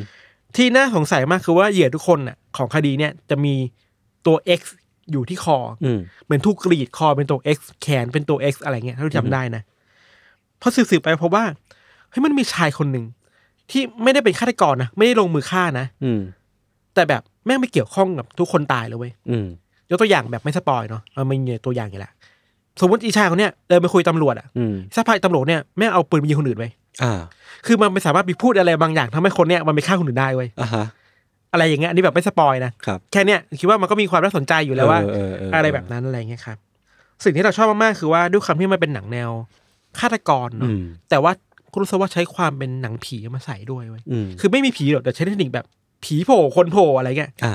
Speaker 3: ที่น่าสงสัยมากคือว่าเหยื่อทุกคนน่ะของคดีเนี่ยจะมีตัว X อยู่ที่คอ
Speaker 2: อืม
Speaker 3: เหมือนถูกกรีดคอเป็นตัว X แขนเป็นตัว X อะไรเงี้ยถ้าที่จำได้นะพอสืบๆไปพบว่าเฮ้ยมันมีชายคนหนึ่งที่ไม่ได้เป็นฆาตกรนะไม่ได้ลงมือฆ่านะ
Speaker 2: อืม
Speaker 3: แต่แบบแม่งไม่เกี่ยวข้องกับทุกคนตายเลยเว้ย
Speaker 2: อืม
Speaker 3: ยกตัวอย่างแบบไม่สปอยเนาะมันมีตัวอย่างอยู่แหละสมมติอีชายคนเนี้ยเดินไปคุยตำรวจอะ
Speaker 2: อืม
Speaker 3: สักพักตำรวจเนี่ยแม่งเอาปืนไปยิงคนอื่นไป
Speaker 2: อ่า
Speaker 3: คือมันไม่สามารถไปพูดอะไรบางอย่างทำให้คนเนี่ยมันไปฆ่าคนอื่นได้เว้ย
Speaker 2: อ่าฮะ
Speaker 3: อะไรอย่างเงี้ยอันนี้แบบไม่สปอยนะครับ แค่เนี้ยคิดว่ามันก็มีความน่าสนใจอยู่แล้วว่า
Speaker 2: เเเ
Speaker 3: อะไรแบบนั้นอะไรเงี้ยครับสิ่งที่เราชอบมากๆคือว่าด้วยคำที่มันเป็นหนังแนวฆาตกร
Speaker 2: อื
Speaker 3: เนาะ
Speaker 2: ม
Speaker 3: แต่ว่าคุณรู้สึกว่าใช้ความเป็นหนังผีมาใส่ด้วยเว้ย
Speaker 2: อืม
Speaker 3: คือไม่มีผีหรอกแต่ใช้เทคนิคแบบผีโผล่คนโผล่อะไรเงี้ย
Speaker 2: อ่า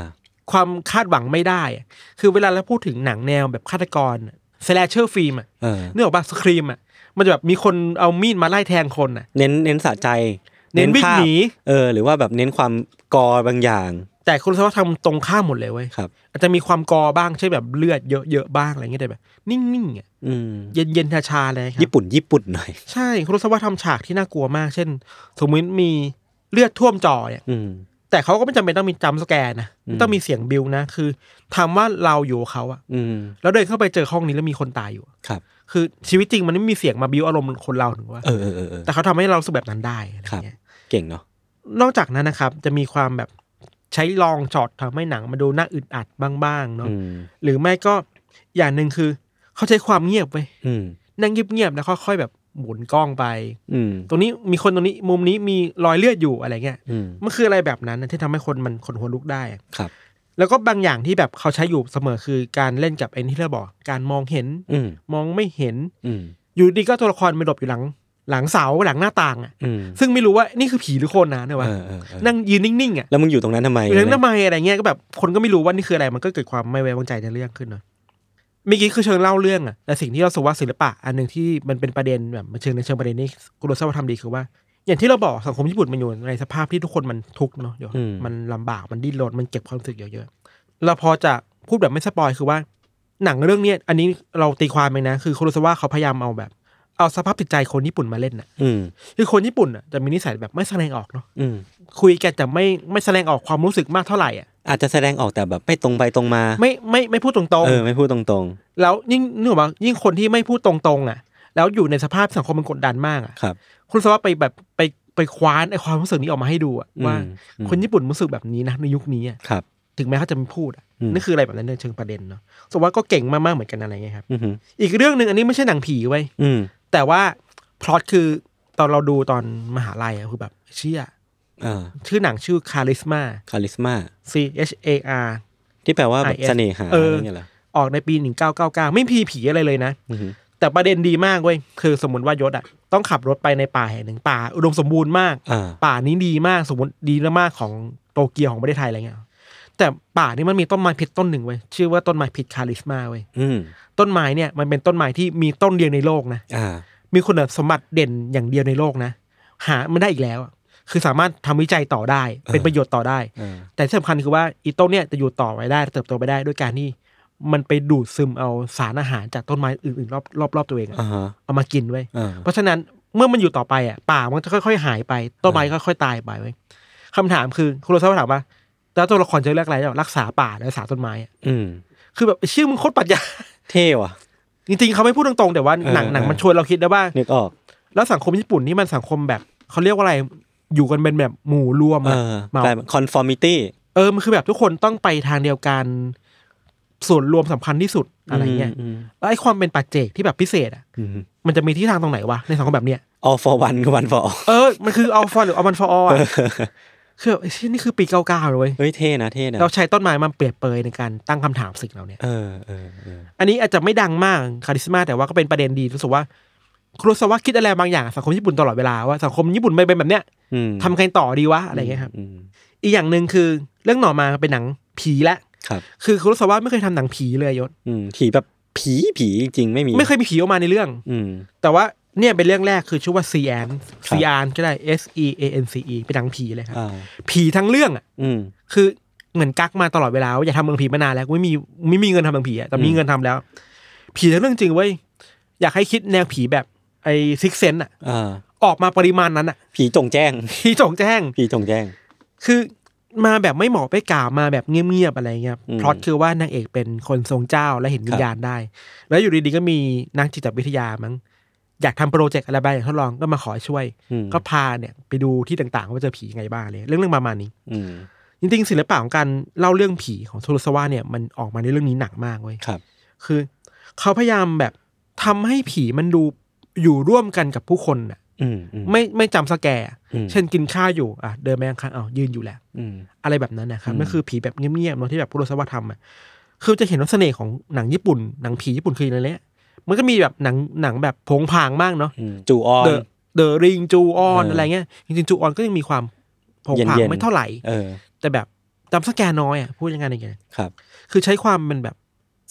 Speaker 3: ความคาดหวังไม่ได้อะคือเวลาเราพูดถึงหนังแนวแบบฆาตกรสแลชเชอร์ฟิล์มอะ
Speaker 2: เออ
Speaker 3: เนื้อออกปะสครีมอะมันจะแบบมีคนเอามีดมาไล่แทงคนอะ
Speaker 2: เน้นเน้นสะใจ
Speaker 3: เน้นวิ่ง
Speaker 2: ภาพ
Speaker 3: หนี
Speaker 2: เออ หรือว่าแบบเน้นความกอบางอย่าง
Speaker 3: แต่คุณสวัสดิ์ทำตรงข้ามหมดเลยเว้ย
Speaker 2: ครับ
Speaker 3: อาจจะมีความกอบ้างใช่แบบเลือดเยอะๆบ้างอะไรเงี้ยแต่แบบ นิ่งๆอะ
Speaker 2: อืม
Speaker 3: เย็นๆชาๆเลยครับ
Speaker 2: ญี่ปุ่นญี่ปุ่นหน่อย
Speaker 3: ใช่คุณสวัสดิ์ทำฉากที่น่ากลัวมาก เช่น สมมติมีเลือดท่วมจอเนี่ย
Speaker 2: อืม
Speaker 3: แต่เขาก็ไม่จำเป็นต้องมีจัมป์สแกร์นะไม่ต้องมีเสียงบิวนะ คือทำว่าเราอยู่กับเขาอะ
Speaker 2: อืม
Speaker 3: แล้วเดินเข้าไปเจอห้องนี้แล้วมีคนตายอยู่
Speaker 2: ครับ
Speaker 3: คือชีวิตจริงมันไม่มีเสียงมาบิวอารมณ์คนเราถึงว่า
Speaker 2: เออเออเออเออ
Speaker 3: แต่เขาทำให้เรารู้สึกแบบนั้นได้อะไรเงี้ย
Speaker 2: เก่งเนาะ
Speaker 3: นอกจากนั้นนะครับ จะมีความแบบใช้ลองช็อตทำให้หนังมาดูน่าอึดอัดบ้างๆเนาะ
Speaker 2: อืม
Speaker 3: หรือไม่ก็อย่างหนึ่งคือ เขาใช้ความเงียบไป
Speaker 2: อืม
Speaker 3: นั่งเงียบๆแล้วค่อยๆแบบหมุนกล้องไป
Speaker 2: อืม
Speaker 3: ตรงนี้มีคนตรงนี้มุมนี้มีรอยเลือดอยู่อะไรเงี้ย
Speaker 2: อืม
Speaker 3: มันคืออะไรแบบนั้นนะที่ทำให้คนมันขนหัวลุกได้อะ
Speaker 2: ครับ
Speaker 3: แล้วก็บางอย่างที่แบบเขาใช้อยู่เสมอคือการเล่นกับไอ้นี่ที่เราบอกการมองเห็น
Speaker 2: อืม
Speaker 3: มองไม่เห็น
Speaker 2: อืม
Speaker 3: อยู่ดีก็ตัวละครไปหลบอยู่หลัง หลังเสาหลังหน้าต่างอ่ะ
Speaker 2: อืม
Speaker 3: ซึ่งไม่รู้ว่านี่คือผีหรือคนนะเนี่ยวะ
Speaker 2: เออเออเออ
Speaker 3: นั่งยืนนิ่งๆอ่ะ
Speaker 2: แล้วมึงอยู่ตรงนั้นทำไม
Speaker 3: หรือนั่งทำไมอะไรเงี้ยก็แบบคนก็ไม่รู้ว่านี่คืออะไรมันก็เกิดความไม่ไว้วางใจในเรื่องขึ้นเนาะเมื่อกี้คือเชิงเล่าเรื่องอ่ะแต่สิ่งที่เราสุว่าศิลปะ อันหนึ่งที่มันเป็นประเด็นแบบมันเชิงในเชิงประเด็นนี้กุโรซาวะทำดีคือว่า อย่างที่เราบอกสังคมญี่ปุ่นมันอยู่ในสภาพที่ทุกคนมันทุกข์เนาะเดี๋ยวมันลำบากมันดิ้นรนมันเก็บความรู้สึกเยอะๆเราพอจะพูดแบบไม่สปอยคือว่า หนังเรื่องเนี้ยอันนี้เราตีความเองนะคือคุโรซาวะเขาพยายามเอาแบบ เอาสภาพจิตใจคนญี่ปุ่นมาเล่นน่ะ
Speaker 2: อืม
Speaker 3: คือคนญี่ปุ่นน่ะจะมีนิสัยแบบไม่แสดงออกเนาะ
Speaker 2: อืม
Speaker 3: คุยกันแต่ไม่ไม่แสดงออกความรู้สึกมากเท่าไหร่อ่ะ
Speaker 2: อาจจะแสดงออกแต่แบบไม่ตรงไปตรงมา
Speaker 3: ไม่ไม่ไม่พูดตรง
Speaker 2: เออไม่พูดตรง
Speaker 3: ๆแล้วยิ่งนึกออกปะยิ่งคนที่ไม่พูดตรงๆอ่ะ แล้วอยู่ในสภาพสังคมมันกดดันมากอ่ะ
Speaker 2: ๆ ครับ
Speaker 3: คุณสวัสดิ์ไปแบบไปไปคว้านไอความรู้สึกนี้ออกมาให้ดูอ่ะ
Speaker 2: อืม
Speaker 3: ว่า
Speaker 2: อืม
Speaker 3: คนญี่ปุ่นรู้สึกแบบนี้นะในยุคนี้อะ
Speaker 2: ครับ
Speaker 3: ถึงแม้เขาจะไม่พูดอะ
Speaker 2: อืม
Speaker 3: นั่นคืออะไรแบบนั้นในเชิงประเด็นเนาะสวัสดิ์ก็เก่งมากๆเหมือนกันอะไรเงี้ยครับ
Speaker 2: อือหือ
Speaker 3: อีกเรื่องหนึ่งอันนี้ไม่ใช่หนังผีไว้ย
Speaker 2: อืม
Speaker 3: แต่ว่าพล็อตคือตอนเราดูตอนมหาลัยอะคือแบบเชี่ย
Speaker 2: อ่า
Speaker 3: ชื่อหนังชื่อคาริสมา
Speaker 2: คาลิสมา
Speaker 3: C H A R
Speaker 2: ที่แปลว่าแบบ
Speaker 3: IS
Speaker 2: เสน่หา
Speaker 3: เอ
Speaker 2: อะ
Speaker 3: อ
Speaker 2: ไรเงี้ยเหรอ
Speaker 3: ออกในปี 1999 ไม่พีผีอะไรเลยนะ
Speaker 2: อือหือ
Speaker 3: แต่ประเด็นดีมากเว้ย คือสมมติว่ายศอ่ะ ต้องขับรถไปในป่าแห่งหนึ่งป่า อุดมสมบูรณ์มาก
Speaker 2: อ่า
Speaker 3: ป่านี้ดีมากสมมติดีมากๆของโตเกียวของประเทศไทยอะไรเงี้ย แต่ป่านี้มันมีต้นไม้พิษต้นหนึ่งเว้ย ชื่อว่าต้นไม้พิษคาลิสมาเว้ย
Speaker 2: อืม
Speaker 3: ต้นไม้เนี่ยมันเป็นต้นไม้ที่มีต้นเดียวในโลกนะ
Speaker 2: อ่า
Speaker 3: มีคุณสมบัติเด่นอย่างเดียวในโลกนะ หาไม่ได้อีกแล้วอะคือสามารถทำวิจัยต่อได้ เป็นประโยชน์ต่อได้
Speaker 2: เออ
Speaker 3: แต่ที่สำคัญคือว่าอีโต้นเนี่ยจะอยู่ต่อไปได้เติบโตไปได้ด้วยการที่มันไปดูดซึมเอาสารอาหารจากต้นไม้อื่นๆรอบรอบรอบตัวเองอะ
Speaker 2: อ่าฮะ
Speaker 3: เอามากินไว้ย
Speaker 2: อ่า
Speaker 3: เพราะฉะนั้นเมื่อมันอยู่ต่อไปอ่ะป่ามันจะค่อยๆ หายไปต้นไม้ก็ค่อยๆตายไปไว้ยคำถามคือคุณโรซาวะถามว่าแล้วตัวละครจะเลือกอะไรระหว่างรักษาป่าหรือรักษาต้นไม้อะ
Speaker 2: อืม
Speaker 3: คือแบบชื่อมึงโคตรปรัดยา
Speaker 2: เท่ว่ะ
Speaker 3: จริงๆเขาไม่พูดตรงๆแต่ว่าหนัง
Speaker 2: เออ
Speaker 3: หนังมันชวนเราคิดได้ว่า
Speaker 2: นึกออก
Speaker 3: แล้วสังคมญี่ปุ่นนี่มันสังคมแบบเขาเรียกว่าอะไรอยู่กันเป็นแบบหมู่รวม
Speaker 2: เอ
Speaker 3: อะ
Speaker 2: อ
Speaker 3: เหมา
Speaker 2: แปล conformity
Speaker 3: เออมันคือแบบทุกคนต้องไปทางเดียวกัน ส่วนรวมสำคัญที่สุดอะไรเงี้ย
Speaker 2: อืม
Speaker 3: แล้วไอ้ความเป็นปัจเจกที่แบบพิเศษอ่ะ
Speaker 2: อืม
Speaker 3: มันจะมีที่ทางตรงไหนวะในสังคมแบบเนี้ย
Speaker 2: all for one กับ one for all
Speaker 3: เออมันคือเอาฟอหรือเอามันฟออ่ะ คือแบบไอ้เชี่ยนี่คือปีเก้าเก้าเลยเว้ย
Speaker 2: เฮ้ยเท่นะเท่นะ
Speaker 3: เราใช้ต้นไม้มาเปรียบเปรยในการตั้งคำถามสิ่งเหล่าเนี้ย
Speaker 2: เออเออเออ
Speaker 3: อันนี้อาจจะไม่ดังมากคาริสมาแต่ว่าก็เป็นประเด็นดีรู้สึกว่าครูสวะคิดอะไรบางอย่างกับสังคมญี่ปุ่นตลอดเวลาว่าสังคมญี่ปุ่นไม่เป็นแบบเนี้ย
Speaker 2: อืม
Speaker 3: ทำไงต่อดีวะอะไรเงี้ยครับ
Speaker 2: อืม
Speaker 3: อีกอย่างหนึ่งคือเรื่องหน่อมาเป็นหนังผีละ
Speaker 2: ครับ
Speaker 3: คือคุโรซาวะไม่เคยทำหนังผีเลยยศ
Speaker 2: อืมผีแบบผีผีจริงๆไม่มี
Speaker 3: ไม่เคยมีผีออกมาในเรื่อง
Speaker 2: อืม
Speaker 3: แต่ว่าเนี่ยเป็นเรื่องแรกคือชื่อว่า C N
Speaker 2: ค
Speaker 3: C
Speaker 2: รับ
Speaker 3: R ก็ได้ S E A N C E เป็นหนังผีเลยครับ
Speaker 2: อ่า
Speaker 3: ผีทั้งเรื่องอ่ะ
Speaker 2: อืม
Speaker 3: คือเหมือนกักมาตลอดเวลาว่าอย่าทำหนังผีมานานแล้วกูไม่มีไม่มีเงินทำหนังผีอะแต่มี
Speaker 2: อืม
Speaker 3: เงินทำแล้ว ผีทั้งเรื่องจริงเว้ยอยากให้คิดแนวผีแบบไอ้ซิกเซนอ่ะ
Speaker 2: อ่า
Speaker 3: ออกมาปริมาณนั้นอ่ะ
Speaker 2: ผีจงแจ้ง
Speaker 3: ผีจงแจ้ง
Speaker 2: ผีจงแจ้ง
Speaker 3: คือมาแบบไม่เหมาะไปกล่าวมาแบบเงียบๆอะไรเงี้ย
Speaker 2: อืม
Speaker 3: พล็อตคือว่านางเอกเป็นคนทรงเจ้าและเห็นวิญญาณได้ แล้วอยู่ดีๆก็มีนักจิตวิทยามั้งอยากทำโปรเจกต์อะไรบางอย่างทดลองก็มาขอช่วย
Speaker 2: อืม
Speaker 3: ก็พาเนี่ยไปดูที่ต่างๆ ว่าเจอผีไงบ้างเลย เรื่องเรื่องประมาณนี้
Speaker 2: อืม
Speaker 3: จริงๆศิลปะของการเล่าเรื่องผีของโทรสวาเนี่ยมันออกมาในเรื่องนี้หนักมากเว้ย
Speaker 2: ครับ
Speaker 3: คือเขาพยายามแบบทำให้ผีมันดูอยู่ร่วมกันกับผู้คนน่ะ
Speaker 2: อืมอืม
Speaker 3: ไม่ไม่จำสแกร์
Speaker 2: อืม
Speaker 3: เช่นกินข้าวอยู่อ่ะเดินไปข้างๆเอาวยืนอยู่แหละ
Speaker 2: อืม
Speaker 3: อะไรแบบนั้นนะครับ
Speaker 2: อืม
Speaker 3: นั่นคือผีแบบเงียบๆเนอะที่แบบพุทธศวะทำอ่ะคือจะเห็นว่าเสน่ห์ของหนังญี่ปุ่น หนังผีญี่ปุ่นคืออะไรเนี่ยมันก็มีแบบหนังหนังแบบโผงผางมากเนาะ
Speaker 2: อืมจูออน
Speaker 3: เดอะเดอะริงจูออน
Speaker 2: เอออ
Speaker 3: อะไรเงี้ยจริงๆจูออนก็ยังมีความโผงผาง
Speaker 2: เย็นๆ
Speaker 3: ไม่เท่าไหร่
Speaker 2: เออ
Speaker 3: แต่แบบจำสแกนน้อยอ่ะพูดยังไงอย่างเงี้ย
Speaker 2: ครับ
Speaker 3: คือใช้ความเป็นแบบ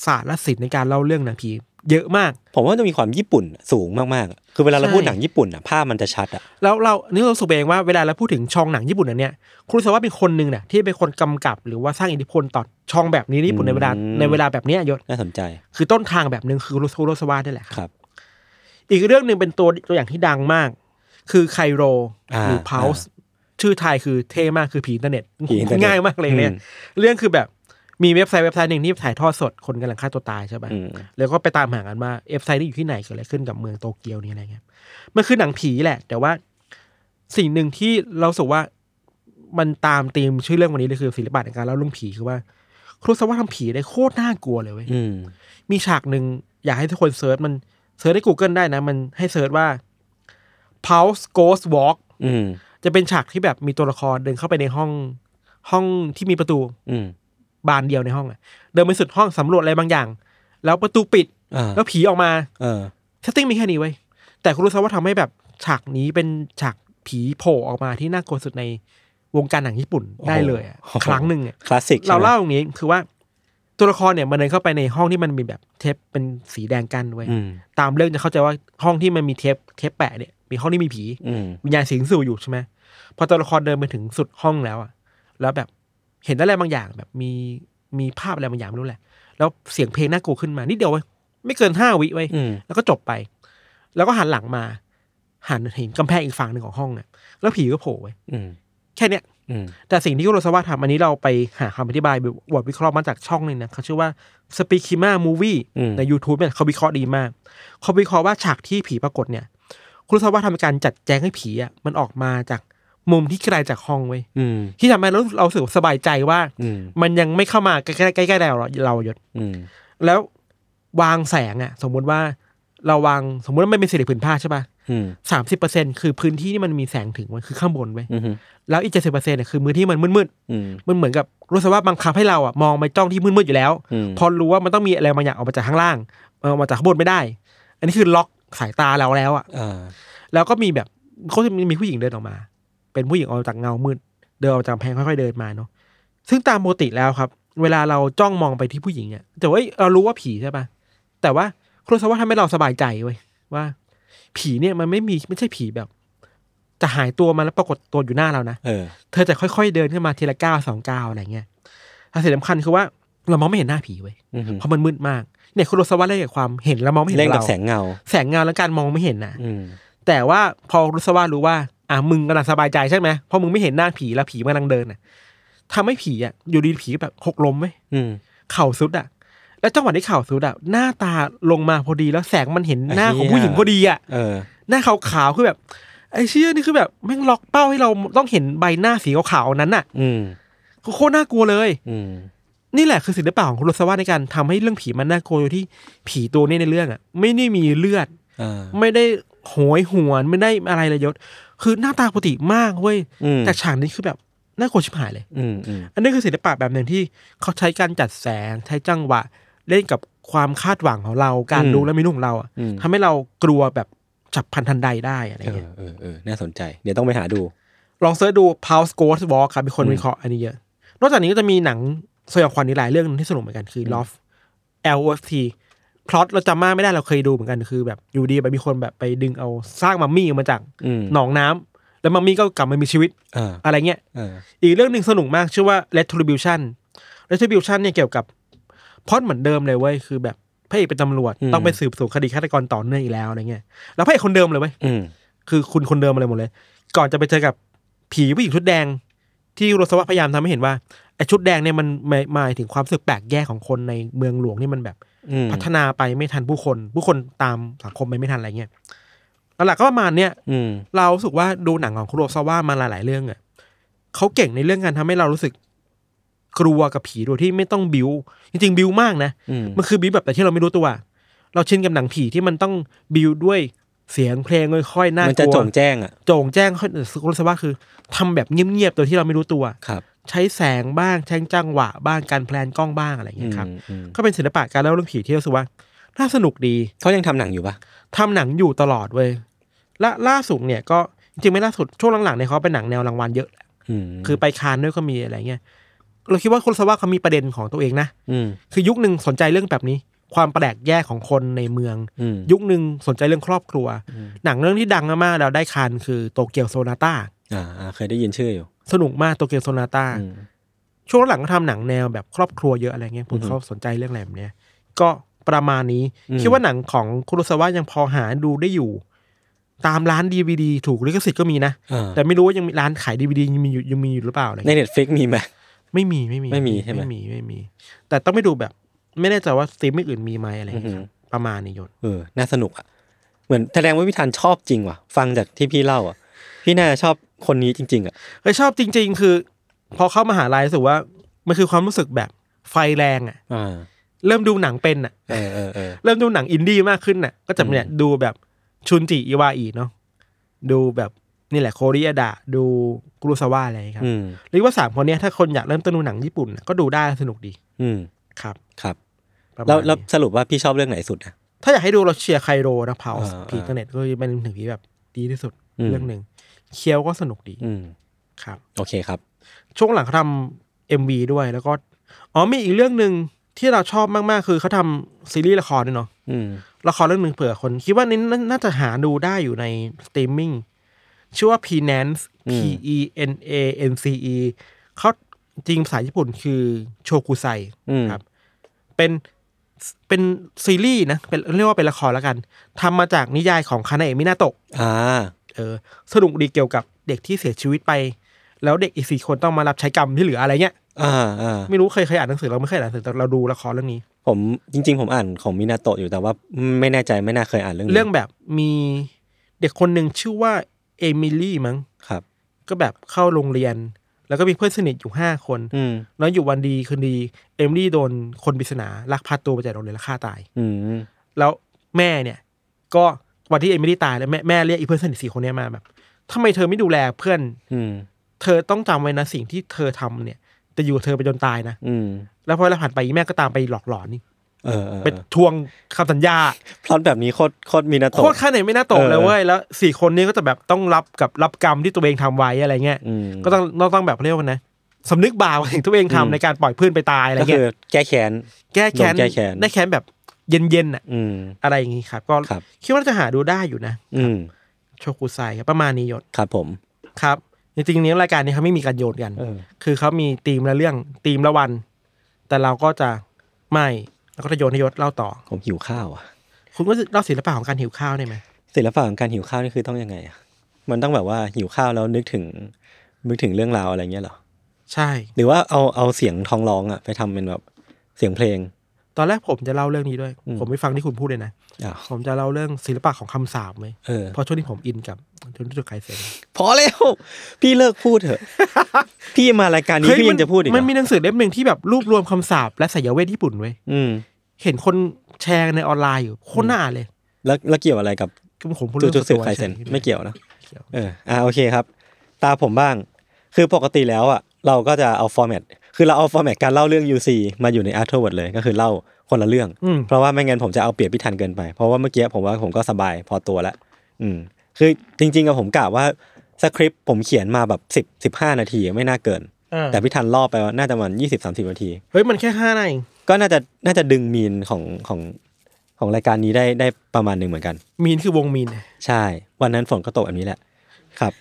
Speaker 3: ศาสตร์และศิลป์ในการเล่าเรื่องหนังผีเยอะมาก
Speaker 2: ผมว่าจะมีความญี่ปุ่นสูงมากๆ คือเวลาเรา
Speaker 3: ใช่
Speaker 2: พูดหนังญี่ปุ่นอ่ะภาพมันจะชัดอ่ะ
Speaker 3: แล้วเราอันนี่เรารู้สุเองว่าเวลาเราพูดถึงช่องหนังญี่ปุ่นอันเนี้ยครูสวัสดิ์เป็นคนหนึ่งน่ะที่เป็นคนกำกับ หรือว่าสร้างอิทธิพลต่อช่องแบบนี้ในญี่ปุ่นในเวลา
Speaker 2: อืม
Speaker 3: ในเวลาแบบเนี้ยยศ
Speaker 2: น่าสนใจ
Speaker 3: คือต้นทางแบบหนึ่งคือคุโรสวานี่แหละค
Speaker 2: ครับ รับ
Speaker 3: อีกเรื่องหนึ่งเป็นตัวตัวอย่างที่ดังมาก คือไคโร
Speaker 2: อ่า
Speaker 3: หรือพาวส์ชื่อไทยคือเท่มากคือผีอินเทอร์เน็ต
Speaker 2: ผีอินเทอร์เน็ต
Speaker 3: ง่ายมากเลยเนี่ย
Speaker 2: อืม
Speaker 3: เรื่องคือแบบมีเว็บไซต์เว็บไซต์หนึ่งที่ถ่ายทอดสดคนกำลังฆ่าตัวตายใช่ปะ
Speaker 2: อืม
Speaker 3: แล้วก็ไปตามหากันว่าเว็บไซต์นี้อยู่ที่ไหนเกิดอะไรขึ้นกับเมืองโตเกียวนี่อะไรเงี้ยมันคือหนังผีแหละ แต่ว่าสิ่งหนึ่งที่เรารู้สึกว่ามันตามธีมชื่อเรื่องวันนี้เลยคือศิลปะในการเล่าเรื่องผีคือว่าครูสวัสดิ์ทำผีได้โคตรน่ากลัวเลยเว้ย
Speaker 2: อืม
Speaker 3: มีฉากหนึ่งอยากให้ทุกคนเซิร์ชมันเซิร์ชใน Google ได้นะ มันให้เซิร์ชว่า Pulse Ghost Walk
Speaker 2: อืม
Speaker 3: จะเป็นฉากที่แบบมีตัวละครเดินเข้าไปในห้องห้องที่มีประตู
Speaker 2: อืม
Speaker 3: บานเดียวในห้องอะเดินไปสุดห้องสำรวจอะไรบางอย่าง แล้วประตูปิด
Speaker 2: อ่า
Speaker 3: แล้วผีออกมา
Speaker 2: เออ
Speaker 3: เซตติ้งมีแค่นี้ไว้ยแต่คุณรู้ซะว่าทำให้แบบฉากนี้เป็นฉากผีโผล่ออกมาที่น่ากลัวสุดในวงการหนังญี่ปุ่นได้เลยอะ
Speaker 2: โอ้โห
Speaker 3: ครั้งหนึ่งอะ
Speaker 2: คลาสสิก
Speaker 3: เราเล่าอย่างนี้คือว่าตัวละครเนี่ยมันเดินเข้าไปในห้องที่มันมีแบบเทปเป็นสีแดงกันไว้ย
Speaker 2: อืม
Speaker 3: ตามเรื่องจะเข้าใจว่าห้องที่มันมีเทปเทปแปะเนี่ยมีห้องที่มีผี
Speaker 2: อืม
Speaker 3: วิญญาณสิงสู่อยู่ใช่ไหมพอตัวละครเดินไปถึงสุดห้องแล้วอะแล้วแบบเห็นอะไรบางอย่างแบบมีมีภาพอะไรบางอย่างไม่รู้แหละ แล้วเสียงเพลงน่ากลัวขึ้นมานิดเดียวเว้ยไม่เกินห้าวิเว้ย
Speaker 2: อืม
Speaker 3: แล้วก็จบไป แล้วก็หันหลังมา หันเห็นกำแพงอีกฝั่งหนึ่งของห้องเนี่ยแล้วผีก็โผล่ไว้ย
Speaker 2: อืม
Speaker 3: แค่เนี้ย
Speaker 2: อืม
Speaker 3: แต่สิ่งที่คุโรซาวะทำอันนี้เราไปหาคำอธิบายบทวิเคราะห์มาจากช่องหนึงนะเขาชื่อว่า s p e a k i m a Movie
Speaker 2: อืม
Speaker 3: ใน YouTube เนี่ยเขาวิเคราะห์ดีมาก เขาวิเคราะห์ว่าฉากที่ผีปรากฏเนี่ยคุโรซาวะทำการจัดแจงให้ผีอ่ะมันออกมาจากมุมที่ไกลจากห้องไว้ย
Speaker 2: อืม
Speaker 3: ที่ทำให้เราเรารู้สึกสบายใจว่า
Speaker 2: อืม
Speaker 3: มันยังไม่เข้ามาใกล้ๆใกล้ๆเราหรอกเราหยศ
Speaker 2: อืม
Speaker 3: แล้ววางแสงอ่ะ สมมุติว่าเราวางสมมุติว่าไม่เป็นสิริผืนผ้าใช่ป่ะ
Speaker 2: อืม
Speaker 3: สามสิบเปอร์เซ็นคือพื้นที่ที่มันมีแสงถึงไว้ยคือข้างบนไว้ย
Speaker 2: อืม
Speaker 3: แล้วอีกเจ็ดสิบเปอร์เซ็นต์เนี่ยคือมือที่มันมืดๆ
Speaker 2: อืม
Speaker 3: มันเหมือนกับรู้สึกว่าบังคับให้เราอ่ะมองไปจ้องที่มืดๆอยู่แล้ว
Speaker 2: อืม
Speaker 3: พอรู้ว่ามันต้องมีอะไรบางอย่างออกมาจากข้างล่างเออออกมาจากข้างบนไม่ได้ อันนี้คือล็อกสายตาเราแล้วอ่ะ
Speaker 2: อ่า
Speaker 3: แล้วก็มีแบบเขาจะมีผู้หญิงเดินออกมา เป็นผู้หญิงออกมาจากเงามืดเดินออกจากกำแพงค่อยๆเดินมาเนาะซึ่งตามปกติแล้วครับ เวลาเราจ้องมองไปที่ผู้หญิงเนี่ยแต่ว่าเอ้ยเรารู้ว่าผีใช่ปะแต่ว่าครูสวัสดิ์ทำให้เราสบายใจเว้ยว่า ผีเนี่ยมันไม่มีไม่ใช่ผีแบบ จะหายตัวมาแล้วปรากฏตัวอยู่หน้าเรานะ
Speaker 2: เออ
Speaker 3: เธอจะค่อยๆเดินขึ้นมาทีละก้าวสองก้าวอะไรเงี้ยแต่สิ่งสำคัญคือว่าเรามองไม่เห็นหน้าผีเว้ย
Speaker 2: อืม
Speaker 3: เพราะมันมืดมาก เนี่ยคุณโรสวัสดิ์เล่นกับความเห็นแล้วมองไม่เห็น
Speaker 2: เล่นกับ
Speaker 3: เรา
Speaker 2: แสงเงา
Speaker 3: แสงเงาและการมองไม่เห็นนะ
Speaker 2: อืม
Speaker 3: แต่ว่าพอรุสวัสดิ์รู้ว่า อ่ะมึงกำลังสบายใจใช่ไหมเพราะมึงไม่เห็นหน้าผีแล้วผีมันกำลังเดินน่ะทำให้ผีอ่ะอยู่ดีผีแบบหกล้มเว้ย
Speaker 2: อืม
Speaker 3: เข่าสุดอ่ะ แล้วจังหวะที่ข่าวสุดอะหน้าตาลงมาพอดีแล้วแสงมันเห็นหน้า
Speaker 2: ไอ้
Speaker 3: ข
Speaker 2: เหี้ย
Speaker 3: องผู้หญิงพอดีอะ
Speaker 2: เออ
Speaker 3: หน้าขาวๆคือแบบ ไอ้เชี่ยนี่คือแบบแม่งล็อกเป้าให้เราต้องเห็นใบหน้าสีขาวๆนั้นน่ะ
Speaker 2: อืม
Speaker 3: โคตรน่ากลัวเลย
Speaker 2: อืม
Speaker 3: นี่แหละคือศิลปะของคุโรซาวะในการทำให้เรื่องผีมันน่ากลัวอยู่ที่ผีตัวนี้ในเรื่องอะไม่ได้มีเลือด
Speaker 2: เออ
Speaker 3: ไม่ได้โหยหวนไม่ได้อะไรเลยยศ คือหน้าตาปกติมากเว้ย
Speaker 2: อืม
Speaker 3: แต่ฉากนี้คือแบบน่ากลัวชิบหายเลย
Speaker 2: อืมอืม
Speaker 3: อันนี้คือศิลปะแบบหนึ่งที่เขาใช้การจัดแสงใช้จังหวะ เล่นกับความคาดหวังของเรา การรู้และไม่รู้ของเราอะ
Speaker 2: อืม
Speaker 3: ทำให้เรากลัวแบบฉับพลันทันใดได้อะไร
Speaker 2: เออ
Speaker 3: เงี้ย
Speaker 2: เออเออน่าสนใจ เดี๋ยวต้องไปหาดู
Speaker 3: ลองเสิร์ชดู Pulse Ghost Walk ครับมีคนวิเคราะห์อันนี้เยอะ นอกจากนี้ก็จะมีหนังสยองขวัญอีกหลายเรื่องที่สนุกเหมือนกันคือ Loft L O F T พล็อตเราจำมากไม่ได้เราเคยดูเหมือนกันคือแบบอยู่ดีแบบมีคนแบบไปดึงเอาสร้างมัมมี่ออกมาจาก
Speaker 2: อืม
Speaker 3: หนองน้ำแล้วมัมมี่ก็กลับมามีชีวิต
Speaker 2: เออ
Speaker 3: อะไรเงี้ย
Speaker 2: เออ
Speaker 3: อีกเรื่องหนึ่งสนุกมากชื่อว่า retribution retribution เนี่ยเกี่ยวกับพล็อดเหมือนเดิมเลยเว้ยคือแบบพระเอกเป็นตำรวจ
Speaker 2: อืม
Speaker 3: ต้องไปสืบสวนคดีฆาตกรต่อเนื่องอีกแล้วอะไรเงี้ยแล้วพระเอกคนเดิมเลยเว้ย
Speaker 2: อืม
Speaker 3: คือคุณคนเดิมอะไรหมดเลย ก่อนจะไปเจอกับผีผู้หญิงชุดแดง ที่โรสวะพยายามทำให้เห็นว่าไอ้ชุดแดงเนี่ยมันหมายหมายถึงความรู้สึกแปลกแยกของคนในเมืองหลวงนี่มันแบบ
Speaker 2: อืม
Speaker 3: พัฒนาไปไม่ทันผู้คน ผู้คนตามสังคมไปไม่ทันอะไรเงี้ยแล้วหลักๆก็ประมาณเนี้ย
Speaker 2: อืม
Speaker 3: เรารู้สึกว่าดูหนังของคุโรซาวะมาหลาย ๆ เรื่องอะเขาเก่งในเรื่องการทำให้เรารู้สึกกลัวกับผีโดยที่ไม่ต้องบิว จริง ๆ บิวมากนะ
Speaker 2: อืม
Speaker 3: มันคือบิวแบบแต่ที่เราไม่รู้ตัว เราชินกับหนังผีที่มันต้องบิวด้วยเสียงเพลงค่อยๆน่า
Speaker 2: มัน
Speaker 3: ก
Speaker 2: จะ
Speaker 3: ลัว
Speaker 2: จงแจ้งอ่ะ
Speaker 3: โจ่งแจ้งค่อยคุโรซาวะคือทำแบบเงียบ ๆ โดยที่เราไม่รู้ตัว
Speaker 2: ครับ
Speaker 3: ใช้แสงบ้างใช้จังหวะบ้างการแพลนกล้องบ้างอะไรอย่าง
Speaker 2: อื
Speaker 3: เงี้
Speaker 2: ม
Speaker 3: ยครับ
Speaker 2: อืม
Speaker 3: ก็เป็นศิลปะการเล่าเรื่องผีที่รู้สึกว่าน่าสนุกดี
Speaker 2: เขายังทำหนังอยู่ปะ
Speaker 3: ทำหนังอยู่ตลอดเว้ยและล่าสุดเนี่ยก็จริงๆไม่ล่าสุดช่วงหลังๆเนี่ยเขาเป็นหนังแนวรางวัลเยอะ
Speaker 2: อืม
Speaker 3: คือไปคานด้วยก็มีอะไรเงี้ย เราคิดว่าคุณสวัสดิ์เขามีประเด็นของตัวเองนะ
Speaker 2: อืม
Speaker 3: คือยุคหนึ่งสนใจเรื่องแบบนี้ ความแปลกแยกของคนในเมือง
Speaker 2: อืม
Speaker 3: ยุคหนึ่งสนใจเรื่องครอบครัว หนังเรื่องที่ดังมากๆเราได้คานคือโตเกียวโซนาต้า
Speaker 2: อ่าอ่าเคยได้ยินชื่ออยู่
Speaker 3: สนุกมากโตเกียวโซนาต้า
Speaker 2: อืม
Speaker 3: ช่วงหลังก็ทำหนังแนวแบบครอบครัวเยอะอะไรเงี้ยผม
Speaker 2: อือฮึ
Speaker 3: เขาสนใจเรื่องอะไรแบบเนี้ยก็ประมาณนี้
Speaker 2: อืม
Speaker 3: คิดว่าหนังของคุโรซาวะยังพอหาดูได้อยู่ ตามร้านดีวดีถูกลิขสิทธิ์ก็มีนะ
Speaker 2: อ่า
Speaker 3: แต่ไม่รู้ว่ายังมีร้านขายดีวดียังมีอยู่ยังมีอยู่หรือเปล่าอะไร
Speaker 2: ใน
Speaker 3: เงี้ย
Speaker 2: เน็ตฟลิกมีไหม
Speaker 3: ไม่มีไม่มี
Speaker 2: ไม่มีใช่ไหม
Speaker 3: ไม่มีไม่มี แต่ต้องไปดูแบบ ไม่แน่ใจว่าสตรีมมิ่งอื่นมีไหมอะไรเงี้ย
Speaker 2: อือ
Speaker 3: ครั
Speaker 2: ฮึ
Speaker 3: บประมาณนี้ยศ
Speaker 2: เออ น่าสนุกอ่ะ เหมือนแสดงว่าพี่ธันชอบจริงว่ะ ฟังจากที่พี่เล่าอ่ะ พี่น่าจะชอบคนนี้จริง ๆ อ่ะ
Speaker 3: เฮ้ยชอบจริง ๆ คือ พอเข้ามหาลัยรู้สึกว่ามันคือความรู้สึกแบบไฟแรงอะ
Speaker 2: อ่า
Speaker 3: เริ่มดูหนังเป็นอะ
Speaker 2: เออเออเออ
Speaker 3: เริ่มดูหนังอินดี้มากขึ้นน่ะ ก็จะเนี่ยดูแบบชุนจิอิวาอีเนาะดูแบบนี่แหละโคเริอาดะดูกรุซาวะอะไรอย่างเงี้ยครับ
Speaker 2: อืม
Speaker 3: หรือว่าสามคนเนี้ยถ้าคนอยากเริ่มต้นดูหนังญี่ปุ่นน่ะก็ดูได้สนุกดี
Speaker 2: อืม
Speaker 3: ครับ
Speaker 2: ครับ
Speaker 3: ประมาณ
Speaker 2: แล้วแล้ว
Speaker 3: นี้
Speaker 2: สรุปว่าพี่ชอบเรื่องไหนสุดอ่ะ
Speaker 3: ถ้าอยากให้ดูเราเชียร์ไคโรนะเผา
Speaker 2: อ่า
Speaker 3: ผีเทอร์เน็ตก็เป็นถึงที่แบบดีที่สุด
Speaker 2: อืม
Speaker 3: เรื่องหนึ่งเคียวก็สนุกดี
Speaker 2: อืม
Speaker 3: ครับ
Speaker 2: โอเคครับ
Speaker 3: ช่วงหลังเขาทำเอ็มวีด้วยแล้วก็อ๋อมีอีกเรื่องหนึ่งที่เราชอบมากๆคือเขาทำซีรีส์ละครด้วยเนาะ
Speaker 2: อืม
Speaker 3: ละครเรื่องหนึ่งเผื่อคน คิดว่านี่น่าจะหาดูได้อยู่ในสตรีมมิ่งชื่อว่า p n a n c e
Speaker 2: อื
Speaker 3: P
Speaker 2: ม
Speaker 3: E N A N C E เขาจริงภาษาญี่ปุ่นคือโชกุไซ
Speaker 2: อืม
Speaker 3: ครับ เป็นเป็นซีรีส์นะเป็นเรียกว่าเป็นละครแล้วกันทำมาจากนิยายของคานาเอะมินาโตะ
Speaker 2: อ่า
Speaker 3: เออสนุกดีเกี่ยวกับเด็กที่เสียชีวิตไป แล้วเด็กอีกสี่คนต้องมารับใช้กรรมที่เหลืออะไรเงี้ย
Speaker 2: อ่าอ่า
Speaker 3: ไม่รู้เคยเคยอ่านหนังสือเราไม่เคยอ่านหนังสือแต่เราดูละครเรื่องนี้
Speaker 2: ผมจริง ๆ ผมอ่านของมินาโตะอยู่แต่ว่าไม่แน่ใจไม่น่าเคยอ่านเรื่องนี้
Speaker 3: เรื่องแบบมีเด็กคนหนึ่งชื่อว่าเอมิลี่มั้ง
Speaker 2: ครับ
Speaker 3: ก็แบบเข้าโรงเรียน แล้วก็มีเพื่อนสนิทอยู่ห้าคน
Speaker 2: อืม
Speaker 3: แล้วอยู่วันดีคืนดี เอมิลี่โดนคนปริศนาลักพาตัวไปจากโรงเรียนแล้วฆ่าตาย
Speaker 2: อืม
Speaker 3: แล้วแม่เนี่ย ก็วันที่เอมิลี่ตายแล้วแม่แม่เรียกอีเพื่อนสนิทสี่คนเนี้ยมาแบบทำไมเธอไม่ดูแลเพื่อน
Speaker 2: อืม
Speaker 3: เธอต้องจำไว้นะสิ่งที่เธอทำเนี่ย จะอยู่กับเธอไปจนตายนะ
Speaker 2: อืม
Speaker 3: แล้วพอเวลาผ่านไปอีแม่ก็ตามไปหลอกหลอนนี่
Speaker 2: เออเออ
Speaker 3: ไปทวงคำสัญญา
Speaker 2: พล็อตแบบนี้โคตรโคตรมินา
Speaker 3: โค
Speaker 2: โตะ
Speaker 3: ตรข้าไหนไม่น่าตกเลย
Speaker 2: เออ
Speaker 3: เว้ยแล้วสี่คนนี้ก็จะแบบต้องรับกับรับกรรมที่ตัวเองทำไว้อะไรเงี้ย
Speaker 2: อืม
Speaker 3: ก็ต้องเราต้องแบบเรียกว่านะสำนึกบาปถึงตัวเองทำ
Speaker 2: อืม
Speaker 3: ในการปล่อยเพื่อนไปตายอะไร
Speaker 2: ก็
Speaker 3: เงี้
Speaker 2: คื
Speaker 3: ย
Speaker 2: อแก้แค้น
Speaker 3: แก้แค้น
Speaker 2: โดนแก้แค้น
Speaker 3: ได้แค้นแบบเย็นๆอ่ะ
Speaker 2: อืม
Speaker 3: อะไรอย่างงี้ครับ ก็
Speaker 2: ครับ
Speaker 3: คิดว่าจะหาดูได้อยู่นะ
Speaker 2: อืม
Speaker 3: โชกุไซครับประมาณนี้ยศ
Speaker 2: ครับผม
Speaker 3: ครับจริงๆเนี้รายการนี้เขาไม่มีการโยนกัน
Speaker 2: เออ
Speaker 3: คือเขามีธีมละเรื่องธีมละวัน แต่เราก็จะไม่เราก็จะโยนให้ยศเล่าต่อ
Speaker 2: ผมหิวข้าวอ่ะ
Speaker 3: คุณว่าเล่าศิลปะของการหิวข้าวได้ไหม
Speaker 2: ศิลปะของการหิวข้าวนี่คือต้องยังไงอ่ะ มันต้องแบบว่าหิวข้าวแล้วนึกถึง นึกถึงเรื่องราวอะไรเงี้ยเหรอ
Speaker 3: ใช่
Speaker 2: หรือว่าเอาเอาเสียงท้องร้องอ่ะไปทำเป็นแบบเสียงเพลง
Speaker 3: แต่ ตอนแรกผมจะเล่าเรื่องนี้ด้วย
Speaker 2: อืม
Speaker 3: ผมไปฟังที่คุณพูดเลยนะ
Speaker 2: อ่ะ
Speaker 3: ผมจะเล่าเรื่องศิลปะของคำสาปไหม
Speaker 2: เออ
Speaker 3: เพราะช่วงนี้ผมอินกับเรื่องจุดไคเซน
Speaker 2: พอแล้วพี่เลิกพูดเถอะ พี่มารายการนี้
Speaker 3: เฮ้ย
Speaker 2: พี่
Speaker 3: มั
Speaker 2: ยังจะพูดอีกเหร
Speaker 3: มันมี
Speaker 2: อ
Speaker 3: หนังสือเล่มหนึ่งที่แบบรวบรวมคำสาปและสายเวทญี่ปุ่นเว้ย
Speaker 2: อืม
Speaker 3: เห็นคนแชร์ในออนไลน์อยู่โคตรน่าเลย
Speaker 2: แล้วแล้วเกี่ยวอะไรกับ
Speaker 3: คือผมพูด
Speaker 2: จู
Speaker 3: เรื่อง
Speaker 2: จู
Speaker 3: ส่
Speaker 2: สึ
Speaker 3: วนตัว
Speaker 2: ไคเซน
Speaker 3: ฉๆ
Speaker 2: ไม่เกี่ยวนะ
Speaker 3: ไม่เกี่ยว
Speaker 2: เออ อ่า โอเคครับ ตาผมบ้าง คือปกติแล้วอ่ะ เราก็จะเอาฟอร์แมต คือเราเอาฟอร์แมตการเล่าเรื่อง UC มาอยู่ใน a r t w o r d เลย ก็คือเล่าคนละเรื่อง
Speaker 3: อืม
Speaker 2: เพราะว่าไม่งั้นผมจะเอาเปรียบพี่ทันเกินไป เพราะว่าเมื่อกี้ผมว่าผมก็สบายพอตัวแล้ว อืม คือจริงๆอะผมกะว่าสคริปต์ผมเขียนมาแบบสิบสิบห้านาทีไม่น่าเกิน
Speaker 3: อ่า
Speaker 2: แต่พี่ทันล่อไปว่าน่าจะประมันยี่สิบสามสิบนาที
Speaker 3: เฮ้ยมันแค่ห้าหน้าเอง
Speaker 2: ก็น่าจะน่าจะดึงมีนของของของรายการนี้ได้ได้ประมาณหนึ่งเหมือนกัน
Speaker 3: มีนคือวงมีน
Speaker 2: ใช่ วันนั้นฝนก็ตกแบบนี้แหละ ครับ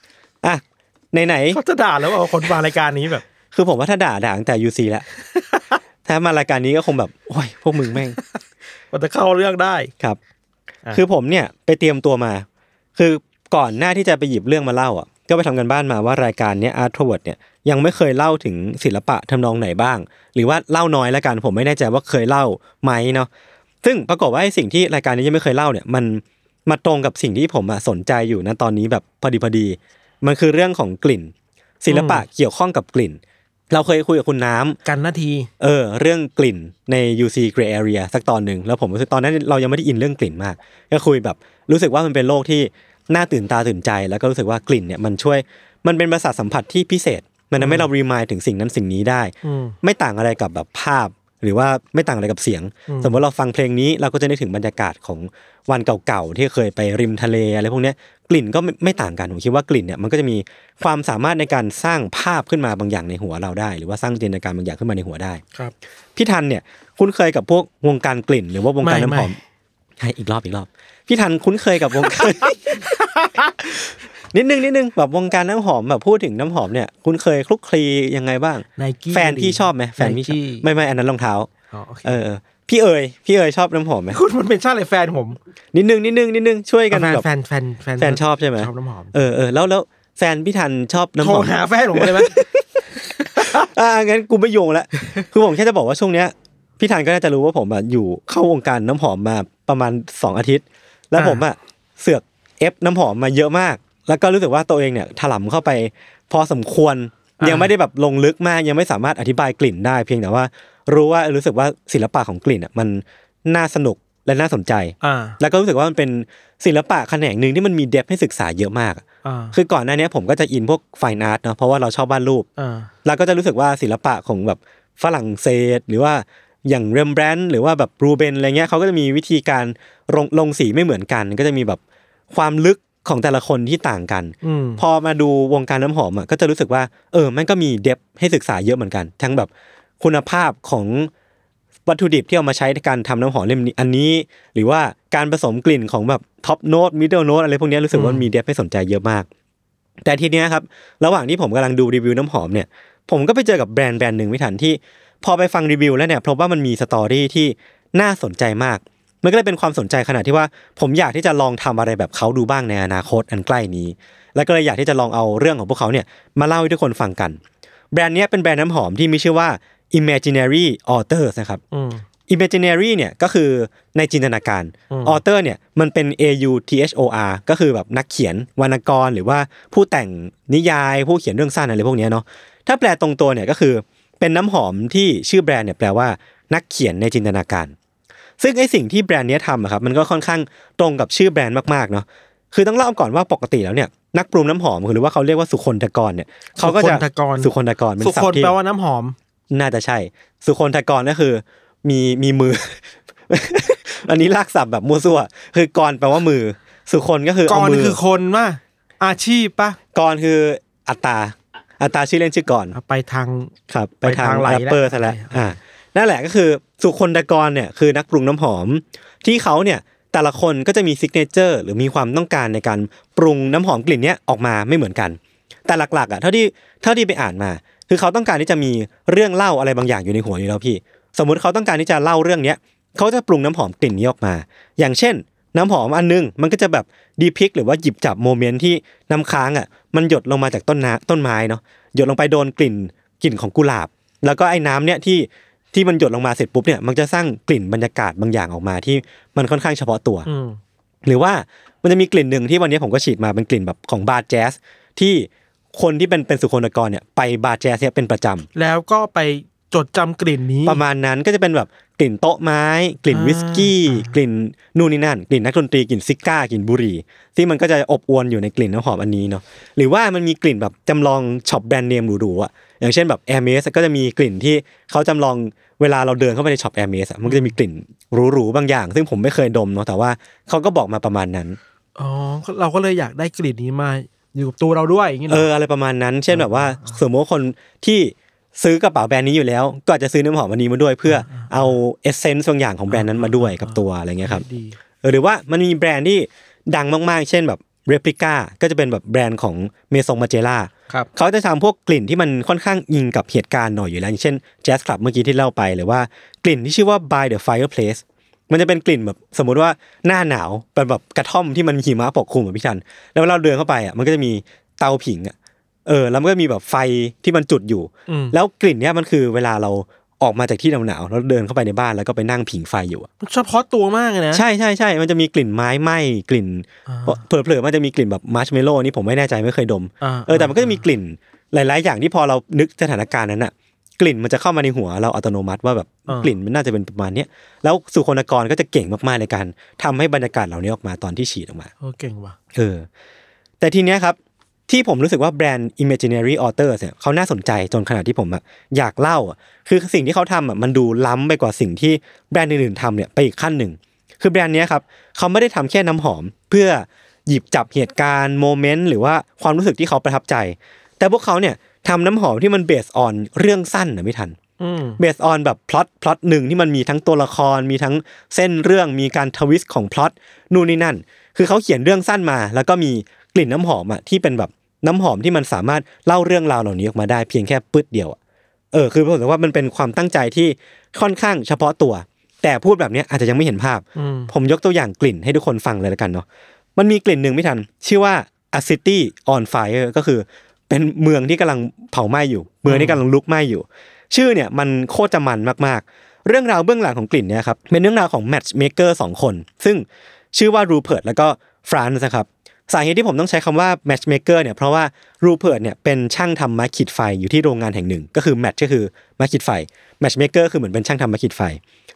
Speaker 2: อ่ะ ไหน
Speaker 3: เขาจะด่าแล้วเอาคนมารายการนี้แบบ
Speaker 2: ๆ คือผมว่าถ้าด่าด่าตั้งแต่ยูซีแล้ว ถ้ามารายการนี้ก็คงแบบ โอ้ย พวกมึงแม่ง
Speaker 3: มันจะเข้าเรื่องได้
Speaker 2: ครับ
Speaker 3: อ่ะ
Speaker 2: คือผมเนี่ยไปเตรียมตัวมา คือก่อนหน้าที่จะไปหยิบเรื่องมาเล่าอ่ะ ก็ไปทำกันบ้านมาว่ารายการเนี้ยอาร์ทเวิร์ดเนี่ยยังไม่เคยเล่าถึงศิลปะทำนองไหนบ้าง หรือว่าเล่าน้อยละกัน ผมไม่แน่ใจว่าเคยเล่าไหมเนาะ ซึ่งปรากฏว่าไอ้สิ่งที่รายการนี้ยังไม่เคยเล่าเนี่ยมันมาตรงกับสิ่งที่ผมอะสนใจอยู่นะตอนนี้แบบพอดีพอดี มันคือเรื่องของกลิ่น ศิลปะเกี่ยวข้องกับกลิ่น เราเคยคุยกับคุณน้ำ
Speaker 3: กันนาที
Speaker 2: เออเรื่องกลิ่นใน UC Gray Area สักตอนหนึ่งแล้วผมรู้สึกตอนนั้นเรายังไม่ได้อินเรื่องกลิ่นมาก ก็คุยแบบรู้สึกว่ามันเป็นโลกที่น่าตื่นตาตื่นใจ แล้วก็รู้สึกว่ากลิ่นเนี่ยมันช่วยมันเป็นประสาทสัมผัสที่พิเศษ มันทำให้เรารีมายถึงสิ่งนั้นสิ่งนี้ได้
Speaker 3: อืม
Speaker 2: ไม่ต่างอะไรกับแบบภาพ หรือว่าไม่ต่างอะไรกับเสียง
Speaker 3: อืม
Speaker 2: สมมติเราฟังเพลงนี้เราก็จะนึกถึงบรรยากาศของวันเก่าๆที่เคยไปริมทะเลอะไรพวกเนี้ยกลิ่นก็ไม่ไม่ต่างกันผมคิดว่ากลิ่นเนี่ยมันก็จะมีความสามารถในการสร้างภาพขึ้นมาบางอย่างในหัวเราได้ หรือว่าสร้างจินตนาการบางอย่างขึ้นมาในหัวได้
Speaker 3: ครับ
Speaker 2: พี่ทันเนี่ยคุ้นเคยกับพวกวงการกลิ่น หรือว่าวงการ
Speaker 3: ไม่
Speaker 2: น้ำหอม
Speaker 3: ไม่
Speaker 2: ให้อีกรอบอีกรอบ พี่ทันคุ้นเคยกับวงการ นิดนึงนิดนึงแบบวงการน้ำหอมแบบพูดถึงน้ำหอมเนี่ยคุ้นเคยคลุกคลียังไงบ้าง
Speaker 3: ไนกี้
Speaker 2: แฟนพี่ชอบไหมแฟนพี่ชอบไม่ไม่อันนั้นรองเท้า
Speaker 3: อ๋อโอเค
Speaker 2: เออเออพี่เอ๋ยพี่เอ๋ยชอบน้ำหอมไหม
Speaker 3: คุณมันเป็นชาติเลยแฟนผม
Speaker 2: นิดนึงนิดนึงนิดนึงช่วยกัน
Speaker 3: แฟน
Speaker 2: แบบ
Speaker 3: แฟนแฟน
Speaker 2: แฟนชอบใช่ไหม
Speaker 3: ชอบน้ำหอม
Speaker 2: เออเออแล้วแล้วแฟนพี่ทันชอบน้ำ
Speaker 3: โท
Speaker 2: ห
Speaker 3: ร
Speaker 2: อม
Speaker 3: หาแฟนผมเลยไหม
Speaker 2: อ่างั้นกูไม่โยงละ คือผมแค่จะบอกว่าช่วงเนี้ยพี่ธันก็น่าจะรู้ว่าผมอ่ะอยู่เข้าวงการน้ำหอมมาประมาณสองอาทิตย์ แล้ว
Speaker 3: อ่า
Speaker 2: ผมอ่ะเสือกเอฟน้ำหอมมาเยอะมาก แล้วก็รู้สึกว่าตัวเองเนี่ยถลำเข้าไปพอสมควรยังไม่ได้แบบลงลึกมากยังไม่สามารถอธิบายกลิ่นได้ เพียงแต่ว่ารู้ว่ารู้สึกว่าศิลปะของกลิ่นอ่ะมันน่าสนุกและน่าสนใจ
Speaker 3: อ่า
Speaker 2: แล้วก็รู้สึกว่ามันเป็นศิลปะแขนงหนึ่งที่มันมีเดฟให้ศึกษาเยอะมาก
Speaker 3: อ่า
Speaker 2: คือก่อนหน้าเนี้ยผมก็จะอินพวกไฟน์อาร์ตเนาะเพราะว่าเราชอบวาดรูป
Speaker 3: อ่า
Speaker 2: เราก็จะรู้สึกว่าศิลปะของแบบฝรั่งเศส หรือว่าอย่างเรมแบรนด์หรือว่าแบบรูเบนอะไรเงี้ยเขาก็จะมีวิธีการลงลงสีไม่เหมือนกัน ก็จะมีแบบความลึกของแต่ละคนที่ต่างกัน
Speaker 3: อืม
Speaker 2: พอมาดูวงการน้ำหอมอ่ะก็จะรู้สึกว่า เออมันก็มีเดฟให้ศึกษาเยอะเหมือนกัน ทั้งแบบคุณภาพของวัตถุดิบที่เอามาใช้ในการทำน้ำหอมเล่มนี้อันนี้ หรือว่าการผสมกลิ่นของแบบท็อปโน้ตมิดเดิลโน้ตอะไรพวกเนี้ยรู้สึกว่ามีเดฟให้สนใจเยอะมาก แต่ทีเนี้ยครับ ระหว่างที่ผมกำลังดูรีวิวน้ำหอมเนี่ย ผมก็ไปเจอกับแบรนด์แบรนด์หนึ่งไม่ทันที่ พอไปฟังรีวิวแล้วเนี่ยพบว่ามันมีสตอรี่ที่น่าสนใจมาก มันก็เลยเป็นความสนใจขนาดที่ว่าผมอยากที่จะลองทำอะไรแบบเขาดูบ้างในอนาคตอันใกล้นี้ แล้วก็เลยอยากที่จะลองเอาเรื่องของพวกเขาเนี่ยมาเล่าให้ทุกคนฟังกัน แบรนด์เนี้ยเป็นแบรนด์น้ำหอมที่มีชื่อว่า imaginary authors นะครับ
Speaker 3: อืม
Speaker 2: imaginary เนี่ยก็คือในจินตนาการ
Speaker 3: อืม
Speaker 2: author เนี่ยมันเป็น a u t h o r ก็คือแบบนักเขียนวรรณกรหรือว่าผู้แต่งนิยายผู้เขียนเรื่องสั้นอะไรพวกเนี้ยเนาะถ้าแปลตรงตัวเนี่ยก็คือเป็นน้ำหอมที่ชื่อแบรนด์เนี่ยแปลว่านักเขียนในจินตนาการ ซึ่งไอสิ่งที่แบรนด์เนี้ยทำอะครับมันก็ค่อนข้างตรงกับชื่อแบรนด์มากๆเนาะคือต้องเล่าก่อนว่าปกติแล้วเนี่ยนักปรุงน้ำหอมหรือว่าเขาเรียกว่าสุคนตกรเนี่ยเขาก็จะ
Speaker 3: สุคนธกร
Speaker 2: สุคนตกรเป็
Speaker 3: สุ
Speaker 2: นศัพ
Speaker 3: คน
Speaker 2: ท์ที่
Speaker 3: แปลว่าน้ำหอม
Speaker 2: น่าจะใช่ สุคนทกรก็คือ มีมีมือ อันนี้ลากศัพท์แบบมั่วซั่ว คือกรแปลว่ามือ สุคนก็คือ
Speaker 3: ก่
Speaker 2: เอา
Speaker 3: อน
Speaker 2: มือ
Speaker 3: คือคนป่ะอาชีพป่ะ
Speaker 2: กรคืออัตตา อัตตาชื่อเล่นชื่อกร
Speaker 3: อ่ะไปทาง
Speaker 2: ครับ ไป
Speaker 3: ไป
Speaker 2: ทาง
Speaker 3: ทางไหล
Speaker 2: แรปเปอร์
Speaker 3: แล้ว
Speaker 2: ซะแล้ว
Speaker 3: ใช่ครับ
Speaker 2: อ่านั่นแหละก็คือสุคนตะกรเนี่ยคือนักปรุงน้ำหอม ที่เขาเนี่ยแต่ละคนก็จะมีซิกเนเจอร์หรือมีความต้องการในการปรุงน้ำหอมกลิ่นเนี้ยออกมาไม่เหมือนกัน แต่หลักๆอ่ะเท่าที่เท่าที่ไปอ่านมา คือเขาต้องการที่จะมีเรื่องเล่าอะไรบางอย่างอยู่ในหัวอยู่แล้วพี่ สมมุติเขาต้องการที่จะเล่าเรื่องเนี้ยเขาจะปรุงน้ำหอมกลิ่นนี้ออกมา อย่างเช่น น้ำหอมอันนึงมันก็จะแบบดีพิกหรือว่าหยิบจับโมเมนต์ที่น้ำค้างอ่ะมันหยดลงมาจากต้นนาต้นไม้เนาะ หยดลงไปโดนกลิ่นกลิ่นของกุหลาบ แล้วก็ไอ้น้ำเนี่ยที่ ที่มันหยดลงมาเสร็จปุ๊บเนี่ยมันจะสร้างกลิ่นบรรยากาศบางอย่างออกมาที่มันค่อนข้างเฉพาะตัว
Speaker 3: อืม
Speaker 2: หรือว่ามันจะมีกลิ่นหนึ่งที่วันนี้ผมก็ฉีดมาเป็นกลิ่นแบบของบาร์แจ๊สที่คนที่เป็นเป็นสุคนกรเนี่ยไปบาร์แจ๊สเนี่ยเป็นประจำ
Speaker 3: แล้วก็ไปจดจำกลิ่นนี้
Speaker 2: ประมาณนั้นก็จะเป็นแบบกลิ่นโต๊ะไม้ กลิ่น
Speaker 3: อ่า
Speaker 2: วิสกี้กลิ่นนู่นนี่นั่น กลิ่นนักดนตรีกลิ่นซิก้ากลิ่นบุหรี่ที่มันก็จะอบอวนอยู่ในกลิ่นน้ำหอมอันนี้เนาะหรือว่ามันมีกลิ่นแบบจำลองช็อปแบรนด์เนมหรูๆอ่ะอย่างเช่นแบบแอร์เมสก็จะมีกลิ่นที่เขาจำลองเวลาเราเดินเข้าไปในช็อปแอร์เมสมันก็จะมีกลิ่นหรูๆบางอย่าง ซึ่งผมไม่เคยดมเนาะแต่ว่าเขาก็บอกมาประมาณนั้น
Speaker 3: อ๋อ เราก็เลยอยากได้กลิ่นนี้มาอยู่กับตัวเราด้วยอย่างนี้หร
Speaker 2: เอออะไรประมาณนั้น เช่นแบบว่าสมมติว่าคนที่ซื้อกระเป๋าแบรนด์นี้อยู่แล้ว ก็อาจจะซื้อน้ำหอมอันนี้มาด้วยเพื่อเอาเอเซนส์บางอย่างของแบรนด์นั้นมาด้วยกับตัวอะไรเงี้ยครับ
Speaker 3: ดี
Speaker 2: เออหรือว่ามันมีแบรนด์ที่ดังมากๆ เช่นแบบเรปลิก้าก็จะเป็นแบบแบรนด์ของเมซงมาเจล่า
Speaker 3: ครับ
Speaker 2: เขาจะทำพวกกลิ่นที่มันค่อนข้างอิงกับเหตุการณ์หน่อยอยู่แล้วอย่างเช่นแจ๊สคลับเมื่อกี้ที่เล่าไปหรือว่ากลิ่นที่ชื่อว่า by the fireplace มันจะเป็นกลิ่นแบบสมมุติว่าหน้าหนาวเป็นแบบกระท่อมที่มันหิมะปกคลุมแบบพี่ชัน แล้วเวลาเราเดินเข้าไปอ่ะมันก็จะมีเตาผิงอ่ะเออแล้วมันก็มีแบบไฟที่มันจุดอยู่
Speaker 3: อืม
Speaker 2: แล้วกลิ่นเนี้ยมันคือเวลาเราออกมาจากที่หนาวๆแล้วเดินเข้าไปในบ้านแล้วก็ไปนั่งผิงไฟอยู่อะ
Speaker 3: มันเฉพาะตัวมากเลยนะ
Speaker 2: ใช่ใช่ใช่มันจะมีกลิ่นไม้ไหม้กลิ่น
Speaker 3: อ่า
Speaker 2: เผลอๆมันจะมีกลิ่นแบบมาร์ชเมลโล่นี่ผมไม่แน่ใจไม่เคยดม
Speaker 3: า
Speaker 2: เออแต่มันก็จะมีกลิ่นหลาย ๆ อย่างที่พอเรานึกสถานการณ์นั้นอ่ะ กลิ่นมันจะเข้ามาในหัวเราอัตโนมัติว่าแบบ
Speaker 3: อ่าก
Speaker 2: ลิ่นมันน่าจะเป็นประมาณเนี้ยแล้วสุคนกรก็จะเก่งมากๆในการทำให้บรรยากาศเหล่านี้ออกมาตอนที่ฉีดออกมา
Speaker 3: เออเก่งว่ะ
Speaker 2: เออแต่ทีเนี้ยครับ ที่ผมรู้สึกว่าแบรนด์ imaginary authors เนี่ยเขาน่าสนใจจนขนาดที่ผมอะอยากเล่าอะคือสิ่งที่เขาทำอะมันดูล้ำไปกว่าสิ่งที่แบรนด์อื่นๆทำเนี่ยไปอีกขั้นหนึ่ง คือแบรนด์เนี้ยครับเขาไม่ได้ทำแค่น้ำหอม เพื่อหยิบจับเหตุการณ์โมเมนต์หรือว่าความรู้สึกที่เขาประทับใจ แต่พวกเขาเนี่ยทำน้ำหอมที่มันเบสออนเรื่องสั้นนะพี่ทัน
Speaker 3: อืม
Speaker 2: เบสออนแบบพล็อตพล็อตหนึ่งที่มันมีทั้งตัวละครมีทั้งเส้นเรื่องมีการทวิสต์ของพล็อตนู่นนี่นั่น คือเขาเขียนเรื่องสั้นมา แล้วก็มีกลิ่นน้ำหอมอ่ะที่เป็นแบบน้ำหอมที่มันสามารถเล่าเรื่องราวเหล่านี้ออกมาได้เพียงแค่ปื๊ดเดียวอะเออคือผมรู้สึกว่ามันเป็นความตั้งใจที่ค่อนข้างเฉพาะตัว แต่พูดแบบเนี้ยอาจจะยังไม่เห็นภาพ
Speaker 3: อืม
Speaker 2: ผมยกตัวอย่างกลิ่นให้ทุกคนฟังเลยละกันเนาะมันมีกลิ่นหนึ่งไม่ทัน ชื่อว่า a city on fire ก็คือเป็นเมืองที่กำลังเผาไหม้อยู่ เมืองที่กำลังลุกไหม้อยู่ ชื่อเนี่ยมันโคตรจะมันมากๆ เรื่องราวเบื้องหลังของกลิ่นเนี่ยครับเป็นเรื่องราวของแมทช์เมเกอร์สองคน ซึ่งชื่อว่ารูเพิร์ตแล้วก็ฟรานซ์นะครับสาเหตุที่ผมต้องใช้คำว่าแมทช์เมเกอร์เนี่ยเพราะว่ารูเพิร์ตเนี่ยเป็นช่างทำไม้ขีดไฟอยู่ที่โรงงานแห่งหนึ่ง ก็คือแมทช์ก็คือไม้ขีดไฟแมทช์เมเกอร์คือเหมือนเป็นช่างทำไม้ขีดไฟ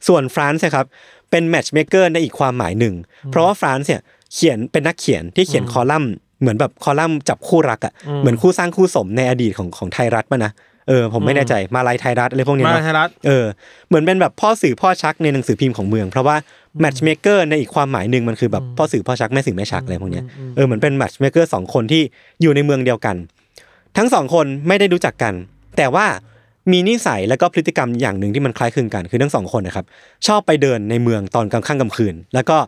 Speaker 2: ส่วนฟรานซ์นะครับเป็นแมทช์เมเกอร์ในอีกความหมายหนึ่ง เพราะว่าฟรานซ์เนี่ยเขียนเป็นนักเขียนที่เขียนคอลัมน์เหมือนแบบคอลัมน์จับคู่รักอ่ะเหมือนคู่สร้างคู่สมในอดีตของของไทยรัฐมานะเออผมไม่แน่ใจมาลายไทยรัฐอะไรพวกเนี้ย
Speaker 3: มา
Speaker 2: เนอะ
Speaker 3: ไทยรัฐ
Speaker 2: เออเหมือนเป็นแบบพ่อสื่อพ่อชักในหนังสือพิมพ์ของเมือง เพราะว่าแมทช์เมเกอร์ในอีกความหมายหนึ่งมันคือแบบพ่อสื่อพ่อชักแม่สื่อแม่ชักอะไรพวกเนี้ยเออเหมือนเป็นแมทช์เมเกอร์สองคนที่อยู่ในเมืองเดียวกัน ทั้งสองคนไม่ได้รู้จักกัน แต่ว่ามีนิสัยและก็พฤติกรรมอย่างหนึ่งที่มันคล้ายคลึงกันคือทั้งสองคนนะครับชอบไปเดินในเมืองตอนกลางค่ำกลางคืน แล้วก็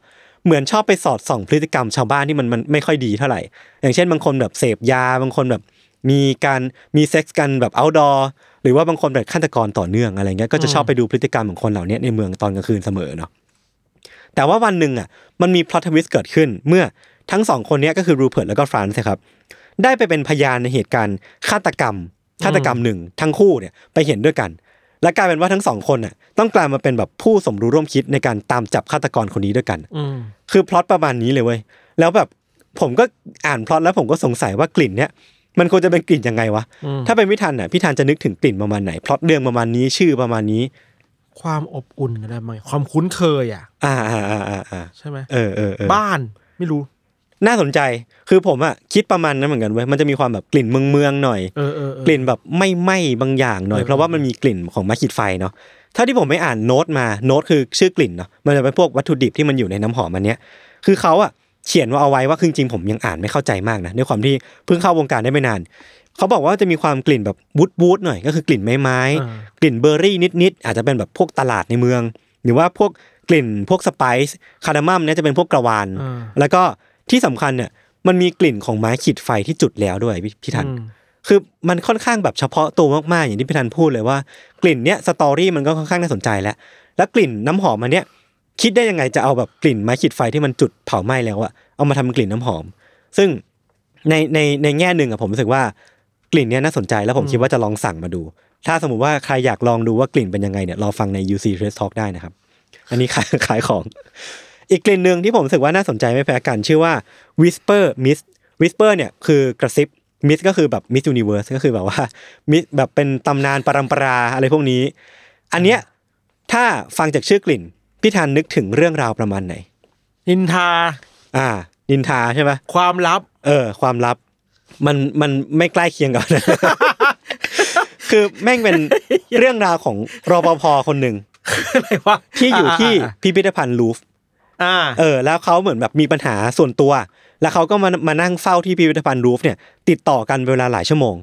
Speaker 2: เหมือนชอบไปสอดส่องพฤติกรรมชาวบ้านที่มันมันไม่ค่อยดีเท่าไหร่ อย่างเช่นบางคนแบบเสพยาบางคนแบบมีการมีเซ็กซ์กันแบบ outdoor หรือว่าบางคนแบบฆาตกรต่อเนื่องอะไรเงี้ยก็จะชอบไปดูพฤติกรรมของคนเหล่านี้ในเมืองตอนกลางคืนเสมอเนาะแต่ว่าวันหนึ่งอ่ะมันมีพล็อตทวิสเกิดขึ้น เมื่อทั้งสองคนเนี้ยก็คือรูเพิร์ตแล้วก็ฟรานซ์ครับได้ไปเป็นพยานในเหตุการณ์ฆาตกรรมฆาตกรรมหนึ่งทั้งคู่เนี่ยไปเห็นด้วยกัน และกลายเป็นว่าทั้งสองคนน่ะต้องกลายมาเป็นแบบผู้สมรู้ร่วมคิดในการตามจับฆาตกรคนนี้ด้วยกัน
Speaker 3: อืม
Speaker 2: คือพล็อตประมาณนี้เลยเว้ย แล้วแบบผมก็อ่านพล็อตแล้วผมก็สงสัยว่ากลิ่นเนี้ยมันควรจะเป็นกลิ่นยังไงวะ
Speaker 3: อืม
Speaker 2: ถ้าเป็นพิธันน่ะพิธันจะนึกถึงกลิ่นประมาณไหนพล็อตเรื่องประมาณนี้ชื่อประมาณนี้
Speaker 3: ความอบอุ่นอะไรมั้งความคุ้นเคยอ่ะ
Speaker 2: อ่าอ่าอ่าอ่าอ่า
Speaker 3: ใช่ไหม
Speaker 2: เออเออเออ
Speaker 3: บ้านไม่รู้
Speaker 2: น่าสนใจคือผมอ่ะคิดประมาณนั้นเหมือนกันเว้ยมันจะมีความแบบกลิ่นเมืองเมืองๆหน่อย
Speaker 3: เออเออเออ
Speaker 2: กลิ่นแบบไม่ไหม้บางอย่างหน่อย
Speaker 3: เออ
Speaker 2: เพราะว่ามันมีกลิ่นของไม้ขีดไฟเนาะเท่าที่ผมไปอ่านโน้ตมาโน้ตคือชื่อกลิ่นเนาะมันจะเป็นพวกวัตถุดิบที่มันอยู่ในน้ำหอมอันเนี้ยคือเขาอะเขียนว่าเอาไว้ว่าคือจริงๆผมยังอ่านไม่เข้าใจมากนะด้วยความที่เพิ่งเข้าวงการได้ไม่นาน เขาบอกว่าจะมีความกลิ่นแบบวูดวูดหน่อย ก็คือกลิ่นไม้ไม้ๆ
Speaker 3: อ่า
Speaker 2: กลิ่นเบอร์รี่นิด ๆ อาจจะเป็นแบบพวกตลาดในเมือง หรือว่าพวกกลิ่นพวกสไปซ์คาร์ดามัมเนี่ยจะเป็นพวกกระวาน
Speaker 3: อ่า
Speaker 2: แล้วก็ที่สำคัญเนี่ยมันมีกลิ่นของไม้ขีดไฟที่จุดแล้วด้วยพี่พี่ทัน
Speaker 3: อืม
Speaker 2: คือมันค่อนข้างแบบเฉพาะตัวมากๆอย่างที่พี่ทันพูดเลยว่ากลิ่นเนี้ยสตอรี่มันก็ค่อนข้างน่าสนใจแล้ว แล้วกลิ่นน้ำหอมอันเนี้ยคิดได้ยังไงจะเอาแบบกลิ่นไม้ขีดไฟที่มันจุดเผาไหม้แล้วอะเอามาทำเป็นกลิ่นน้ำหอม ซึ่งในในในแง่หนึ่งอะผมรู้สึกว่ากลิ่นเนี้ยน่าสนใจแล้วผมคิดว่าจะลองสั่งมาดู ถ้าสมมติว่าใครอยากลองดูว่ากลิ่นเป็นยังไงเนี่ยเราฟังใน UC Trace Talk ได้นะครับ อันนี้ข าย ขายของ อีกกลิ่นหนึ่งที่ผมรู้สึกว่าน่าสนใจไม่แพ้กันชื่อว่า Whisper Mist Whisper เนี่ยคือกระซิบ Mist ก็คือแบบ Miss Universe ก็คือแบบว่า Mist แบบเป็นตำนานปรัมปราอะไรพวกนี้ อันเนี้ยถ้าฟังจากชื่อกลิ่นพี่ธันนึกถึงเรื่องราวประมาณไหน
Speaker 3: นินทา
Speaker 2: อ่า นินทาใช่ไหม
Speaker 3: ความลับ
Speaker 2: เออความลับ มันมันไม่ใกล้เคียงกันนะ คือแม่งเป็นเรื่องราวของรปภคนหนึ่ง
Speaker 3: อะไรวะ
Speaker 2: ที่อยู่
Speaker 3: า
Speaker 2: ที่พิพิธภัณฑ์ลูฟร์
Speaker 3: อ่า
Speaker 2: เออ แล้วเขาเหมือนแบบมีปัญหาส่วนตัว แล้วเขาก็มามานั่งเฝ้าที่พิพิธภัณฑ์ลูฟร์เนี่ย ติดต่อกันเวลาหลายชั่วโมง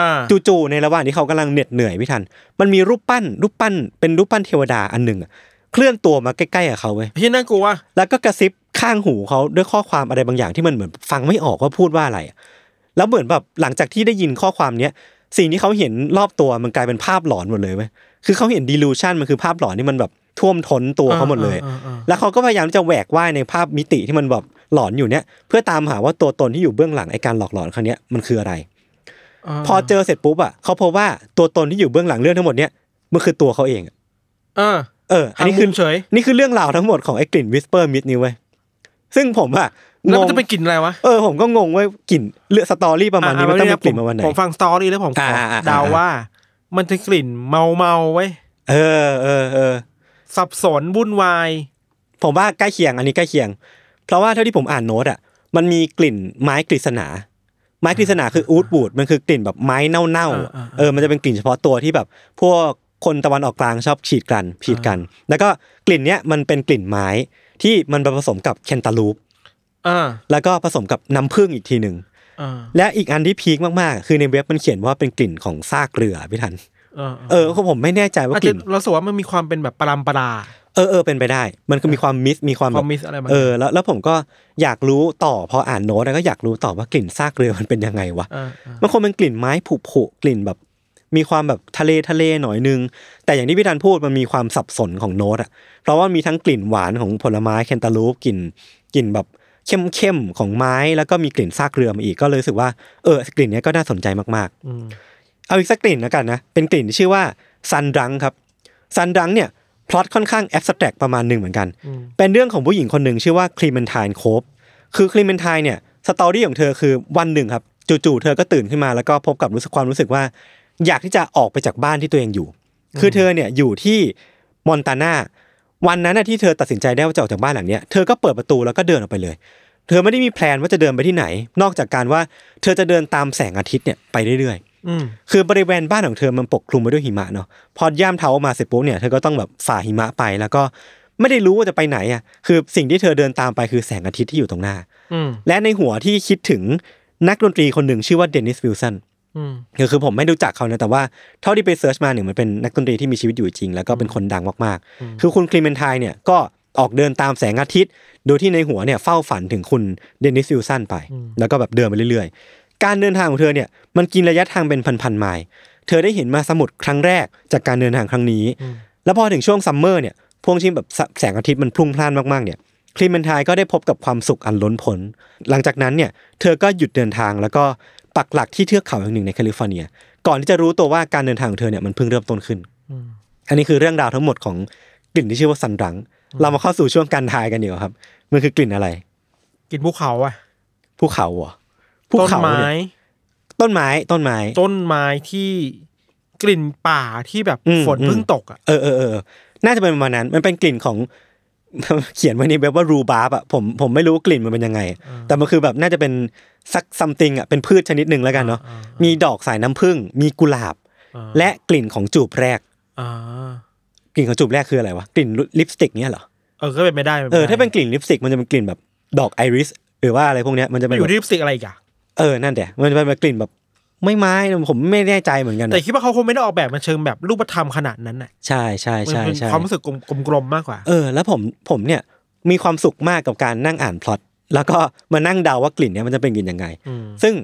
Speaker 3: อ่า
Speaker 2: จู่ๆในระหว่างที่เขากำลังเหน็ดเหนื่อยพี่ทัน มันมีรูปปั้น รูปปั้นเป็นรูปปั้นเทวดาอันหนึ่งอะเคลื่อนตัวมาใกล้ๆกับเขาเว้ย
Speaker 3: ที่น่ากลัว
Speaker 2: แล้วก็กระซิบข้างหูเขาด้วยข้อความอะไรบางอย่างที่มันเหมือนฟังไม่ออกว่าพูดว่าอะไรอะแล้วเหมือนแบบหลังจากที่ได้ยินข้อความเนี้ยสิ่งที่เขาเห็นรอบตัวมันกลายเป็นภาพหลอนหมดเลยไหมคือเขาเห็นดีลูชันมันคือภาพหลอนที่มันแบบท่วมท้นตัวเขาหมดเลย
Speaker 3: อ่าอ่าอ่า
Speaker 2: แล้วเขาก็พยายามจะแหวกว่ายในภาพมิติที่มันแบบหลอนอยู่เนี้ยเพื่อตามหาว่าตัวตนที่อยู่เบื้องหลังไอ้การหลอกหลอนครั้งเนี้ยมันคืออะไร พอเจอเสร็จปุ๊บอ่ะเขาพบว่าตัวตนที่อยู่เบื้องหลังเรื่องทั้งหมดเนี้ยมันคือตัวเขาเองอะ
Speaker 3: เออ
Speaker 2: เอออัน
Speaker 3: อัน
Speaker 2: นี้
Speaker 3: นี้
Speaker 2: คื
Speaker 3: คือ อเฉย
Speaker 2: นี่คือเรื่องราวทั้งหมดของไอ้กลิ่นวิสเปอร์มิดนี้เว้ย ซึ่งผมอะ
Speaker 3: แล้ว
Speaker 2: ง
Speaker 3: มัน
Speaker 2: ง
Speaker 3: จะเป็นกลิ่นอะไรวะ
Speaker 2: เออผมก็งงเว้ยกลิ่นเลือดสตอรี่ประมาณนี้มันต้องเป็นกลิ่นประมาณไหน
Speaker 3: ผมฟังสตอรี่แล้วผมขออา
Speaker 2: อ่าอ่า
Speaker 3: เดาว่า มันจะกลิ่นเมาเมาๆไว้ย
Speaker 2: เออเออเออ
Speaker 3: สับสนวุ่นวาย
Speaker 2: ผมว่าใกล้เคียง อันนี้ใกล้เคียง เพราะว่าเท่าที่ผมอ่านโน้ตอะมันมีกลิ่นไม้กฤษณา ไม้กฤษณาคืออูดบูดมันคือกลิ่นแบบไม้เน่า
Speaker 3: อ่าอ่าอ่า
Speaker 2: ๆเออมันจะเป็นกลิ่นเฉพาะตัวที่แบบ พวกคนตะวันออกกลางชอบฉีดกันฉีดกัน แล้วก็กลิ่นเนี้ยมันเป็นกลิ่นไม้ที่มันไปผสมกับแคนตาลูป
Speaker 3: อ่า
Speaker 2: แล้วก็ผสมกับน้ำผึ้งอีกทีหนึ่ง
Speaker 3: อ่า
Speaker 2: และอีกอันที่พีคมากๆ คือในเว็บมันเขียนว่าเป็นกลิ่นของซากเรือพี่ทัน
Speaker 3: อ่า
Speaker 2: เออคือผมไม่แน่ใจว่า
Speaker 3: อาจ
Speaker 2: ก
Speaker 3: จะ
Speaker 2: ลิ่น
Speaker 3: เราสกว่ามันมีความเป็นแบบปรามปรา
Speaker 2: เออเออเป็นไปได้ มันคือมีความมิส มีความ
Speaker 3: ค
Speaker 2: แบ
Speaker 3: วา
Speaker 2: บ
Speaker 3: มมิสอะไรบาง
Speaker 2: เอ
Speaker 3: อ
Speaker 2: อย่าง แล้วแล้วผมก็อยากรู้ต่อพออ่านโน้ตแล้วก็อยากรู้ต่อว่ากลิ่นซากเรือมันเป็นยังไงวะ
Speaker 3: าอ่า
Speaker 2: มันคงเป็นกลิ่นไม้ผุผุกลิ่นแบบ มีความแบบทะเลทะเลหน่อยนึง แต่อย่างที่พี่ธันพูดมันมีความสับสนของโน้ตอ่ะ เพราะว่ามีทั้งกลิ่นหวานของผลไม้แคนตาลูปกลิ่นกลิ่นแบบเข้มเข้มๆของไม้แล้วก็มีกลิ่นซากเรือมาอีกก็เลยรู้สึกว่าเออกลิ่นเนี้ยก็น่าสนใจมากๆ
Speaker 3: อืม
Speaker 2: เอาอีกสักกลิ่นแล้วกันนะ เป็นกลิ่นที่ชื่อว่าซันดังครับซันดังเนี่ยพล็อตค่อนข้างแอบสแตรกประมาณหนึ่งเหมือนกัน
Speaker 3: อืม
Speaker 2: เป็นเรื่องของผู้หญิงคนหนึ่งชื่อว่าคลีเมนท n นโคบคือคลีเมนท n นเนี่ยสตอรี่ของเธอคือวันหนึ่งครับ จู่ๆเธอก็ตื่นขึ้นมาแล้วก็พบกับรู้สึกความรู้สึกว่า อยากที่จะออกไปจากบ้านที่ตัวเองอยู่ คือเธอเนี่ยอยู่ที่มอนตานาวันนั้นนะที่เธอตัดสินใจได้ว่าจะออกจากบ้านหลังเนี้ยเธอก็เปิดประตูแล้วก็เดินออกไปเลย เธอไม่ได้มีแพลนว่าจะเดินไปที่ไหน นอกจากการว่าเธอจะเดินตามแสงอาทิตย์เนี่ยไปเรื่อยๆ
Speaker 3: อืม
Speaker 2: คือบริเวณบ้านของเธอมันปกคลุมไปด้วยหิมะเนาะพอย่ามเท้าออกมาเสร็จปุ๊บเนี่ยเธอก็ต้องแบบฝ่าหิมะไปแล้วก็ไม่ได้รู้ว่าจะไปไหนอ่ะคือสิ่งที่เธอเดินตามไปคือแสงอาทิตย์ที่อยู่ตรงหน้า
Speaker 3: อืม
Speaker 2: และในหัวที่คิดถึงนักดนตรีคนหนึ่งชื่อว่าเดนิสวิลสัน
Speaker 3: อืม
Speaker 2: คือคือผมไม่รู้จักเขานะแต่ว่าเท่าที่ไปเซิร์ชมาเนี่ยมันเป็นนักดนตรีที่มีชีวิตอยู่จริง แล้วก็เป็นคนดังมากๆ คือคุณคลีเมนไทน์เนี่ยก็ออกเดินตามแสงอาทิตย์ โดยที่ในหัวเนี่ยเฝ้าฝันถึงคุณเดนิสวิลสันไป แล้วก็แบบเดินไปเรื่อยๆ การเดินทางของเธอเนี่ยมันกินระยะทางเป็นพันๆไมล์ เธอได้เห็นมาสมุทรครั้งแรกจากการเดินทางครั้งนี้ แล้วพอถึงช่วงซัมเมอร์เนี่ยพวงชิมแบบสแสงอาทิตย์มันพลุ่งพล่านมากๆเนี่ยคลีเมนทายก็ได้พบกับความสุขอันล้นพ้นหลังจากนั้นเนี่ยเธอก็หยุดเดินทางแล้วก็ปักหลักที่เทือกเขาแห่งหนึ่งในแคลิฟอร์เนีย ก่อนที่จะรู้ตัวว่าการเดินทางของเธอเนี่ยมันเพิ่งเริ่มต้นขึ้น อันนี้คือเรื่องราวทั้งหมดของกลิ่นที่ชื่อว่าสันรัง เรามาเข้าสู่ช่วงการทายกันดีกว่าครับมันคือกลิ่นอะไร
Speaker 3: กินภูเขาอ่ะ
Speaker 2: ภูเขาเหรอภู
Speaker 3: ต้น
Speaker 2: เขา
Speaker 3: ไม้
Speaker 2: เนี่ยต้นไม้ต้นไม้
Speaker 3: ต้นไม้ที่กลิ่นป่าที่แบบ
Speaker 2: อืม
Speaker 3: ฝนเพิ่ง
Speaker 2: อืม
Speaker 3: ตกอ่ะ
Speaker 2: เออเออเออ น่าจะเป็นประมาณนั้น มันเป็นกลิ่นของ เขียนไว้ในเว็บว่ารูบาร์บอะผมผมไม่รู้กลิ่นมันเป็นยังไง แต่มันคือแบบน่าจะเป็นสักซัมติงอะเป็นพืชชนิดหนึ่งแล้วกันเนาะ มีดอกสายน้ำผึ้ง มีกุหลาบ
Speaker 3: อ่า
Speaker 2: และกลิ่นของจูบแรก
Speaker 3: อ่าก
Speaker 2: ลิ่นของจูบแรกคืออะไรวะ กลิ่นลิปสติกเนี่ยเหรอ
Speaker 3: เออก็เป็นไม่ได้ป็น
Speaker 2: เอ
Speaker 3: ไม่
Speaker 2: อ
Speaker 3: ได้
Speaker 2: ถ้าเป็นกลิ่นลิปสติกมันจะเป็นกลิ่นแบบดอกไอริสหรือว่าอะไรพวกเนี้ยมันจะเป็น
Speaker 3: อยู่
Speaker 2: แบบ
Speaker 3: ที่ลิปสติกอะไรอีกอ่ะ
Speaker 2: เออนั่นแหละมันจะเป็นแบบกลิ่นแบบไม่ไม้ผมไม่แน่ใจเหมือนกัน
Speaker 3: แต่
Speaker 2: อะ
Speaker 3: คิดว่าเขาคงไม่ได้ออกแบบมาเชิงแบบรูปธรรมขนาดนั้นน่ะ
Speaker 2: ใช่ใช่
Speaker 3: มัน
Speaker 2: ใช่
Speaker 3: เป็น
Speaker 2: ใช่
Speaker 3: ความรู้สึกกลมๆมากกว่า
Speaker 2: เออแล้วผมผมเนี่ยมีความสุขมากกับการนั่งอ่านพล็อตแล้วก็มานั่งเดาว่ากลิ่นเนี่ยมันจะเป็นกลิ่นยังไง
Speaker 3: อืม
Speaker 2: ซึ่ง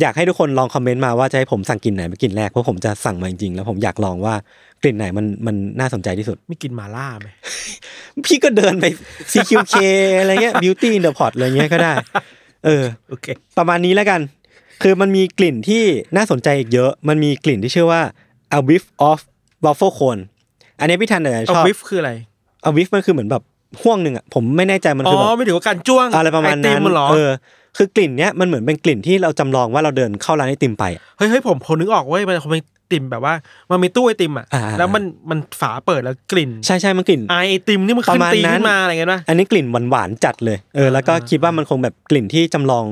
Speaker 2: อยากให้ทุกคนลองคอมเมนต์มาว่าจะให้ผมสั่งกลิ่นไหนเป็นกลิ่นแรกเพราะผมจะสั่งมาจริงๆแล้วผมอยากลองว่ากลิ่นไหนมันมันน่าสนใจที่สุด
Speaker 3: ไม่กินหมาล่าไหม
Speaker 2: พี่ก็เดินไป CQK อะไรเงี้ย Beauty in the Pot อะไรเงี้ยก็ได้ เออ
Speaker 3: โอเค
Speaker 2: ประมาณนี้แล้วกัน คือมันมีกลิ่นที่น่าสนใจอีกเยอะ มันมีกลิ่นที่ชื่อว่า a whiff of waffle cone อันนี้พี่ทันเนี่ย
Speaker 3: เอา
Speaker 2: ชอบ
Speaker 3: วิฟคืออะไร
Speaker 2: a whiff มันคือเหมือนแบบห่วงหนึ่งอ่ะผมไม่แน่ใจมัน
Speaker 3: อ๋
Speaker 2: คือแบบ
Speaker 3: อไม่ถือว่าการจ้วง
Speaker 2: อะไรประมาณ
Speaker 3: ติ
Speaker 2: นั้
Speaker 3: ม
Speaker 2: น
Speaker 3: เหรอ
Speaker 2: เออ คือกลิ่นเนี้ยมันเหมือนเป็นกลิ่นที่เราจำลองว่าเราเดินเข้าร้านไอติมไปอะ
Speaker 3: เฮ้ยเฮ้ยผมผมนึกออกเว้ยมันคงเป็นติ่มแบบว่า มันมีตู้ไอติมอ่ะ
Speaker 2: อ่า
Speaker 3: แล้วมันมันฝาเปิดแล้วกลิ่น
Speaker 2: ใช่ใช่มันกลิ่น
Speaker 3: ไอไอติมนี่มัน
Speaker 2: ป
Speaker 3: ขึ้
Speaker 2: ระ
Speaker 3: น
Speaker 2: มาณ
Speaker 3: ตี
Speaker 2: นั้น
Speaker 3: ขึ้นมาอะไรเงี้ยนะ
Speaker 2: อันนี้กลิ่นหวานๆจัดเลยเออแล้วก็
Speaker 3: อ่า
Speaker 2: คิดว่ามันคงแบบกลิ่นที่จำลอง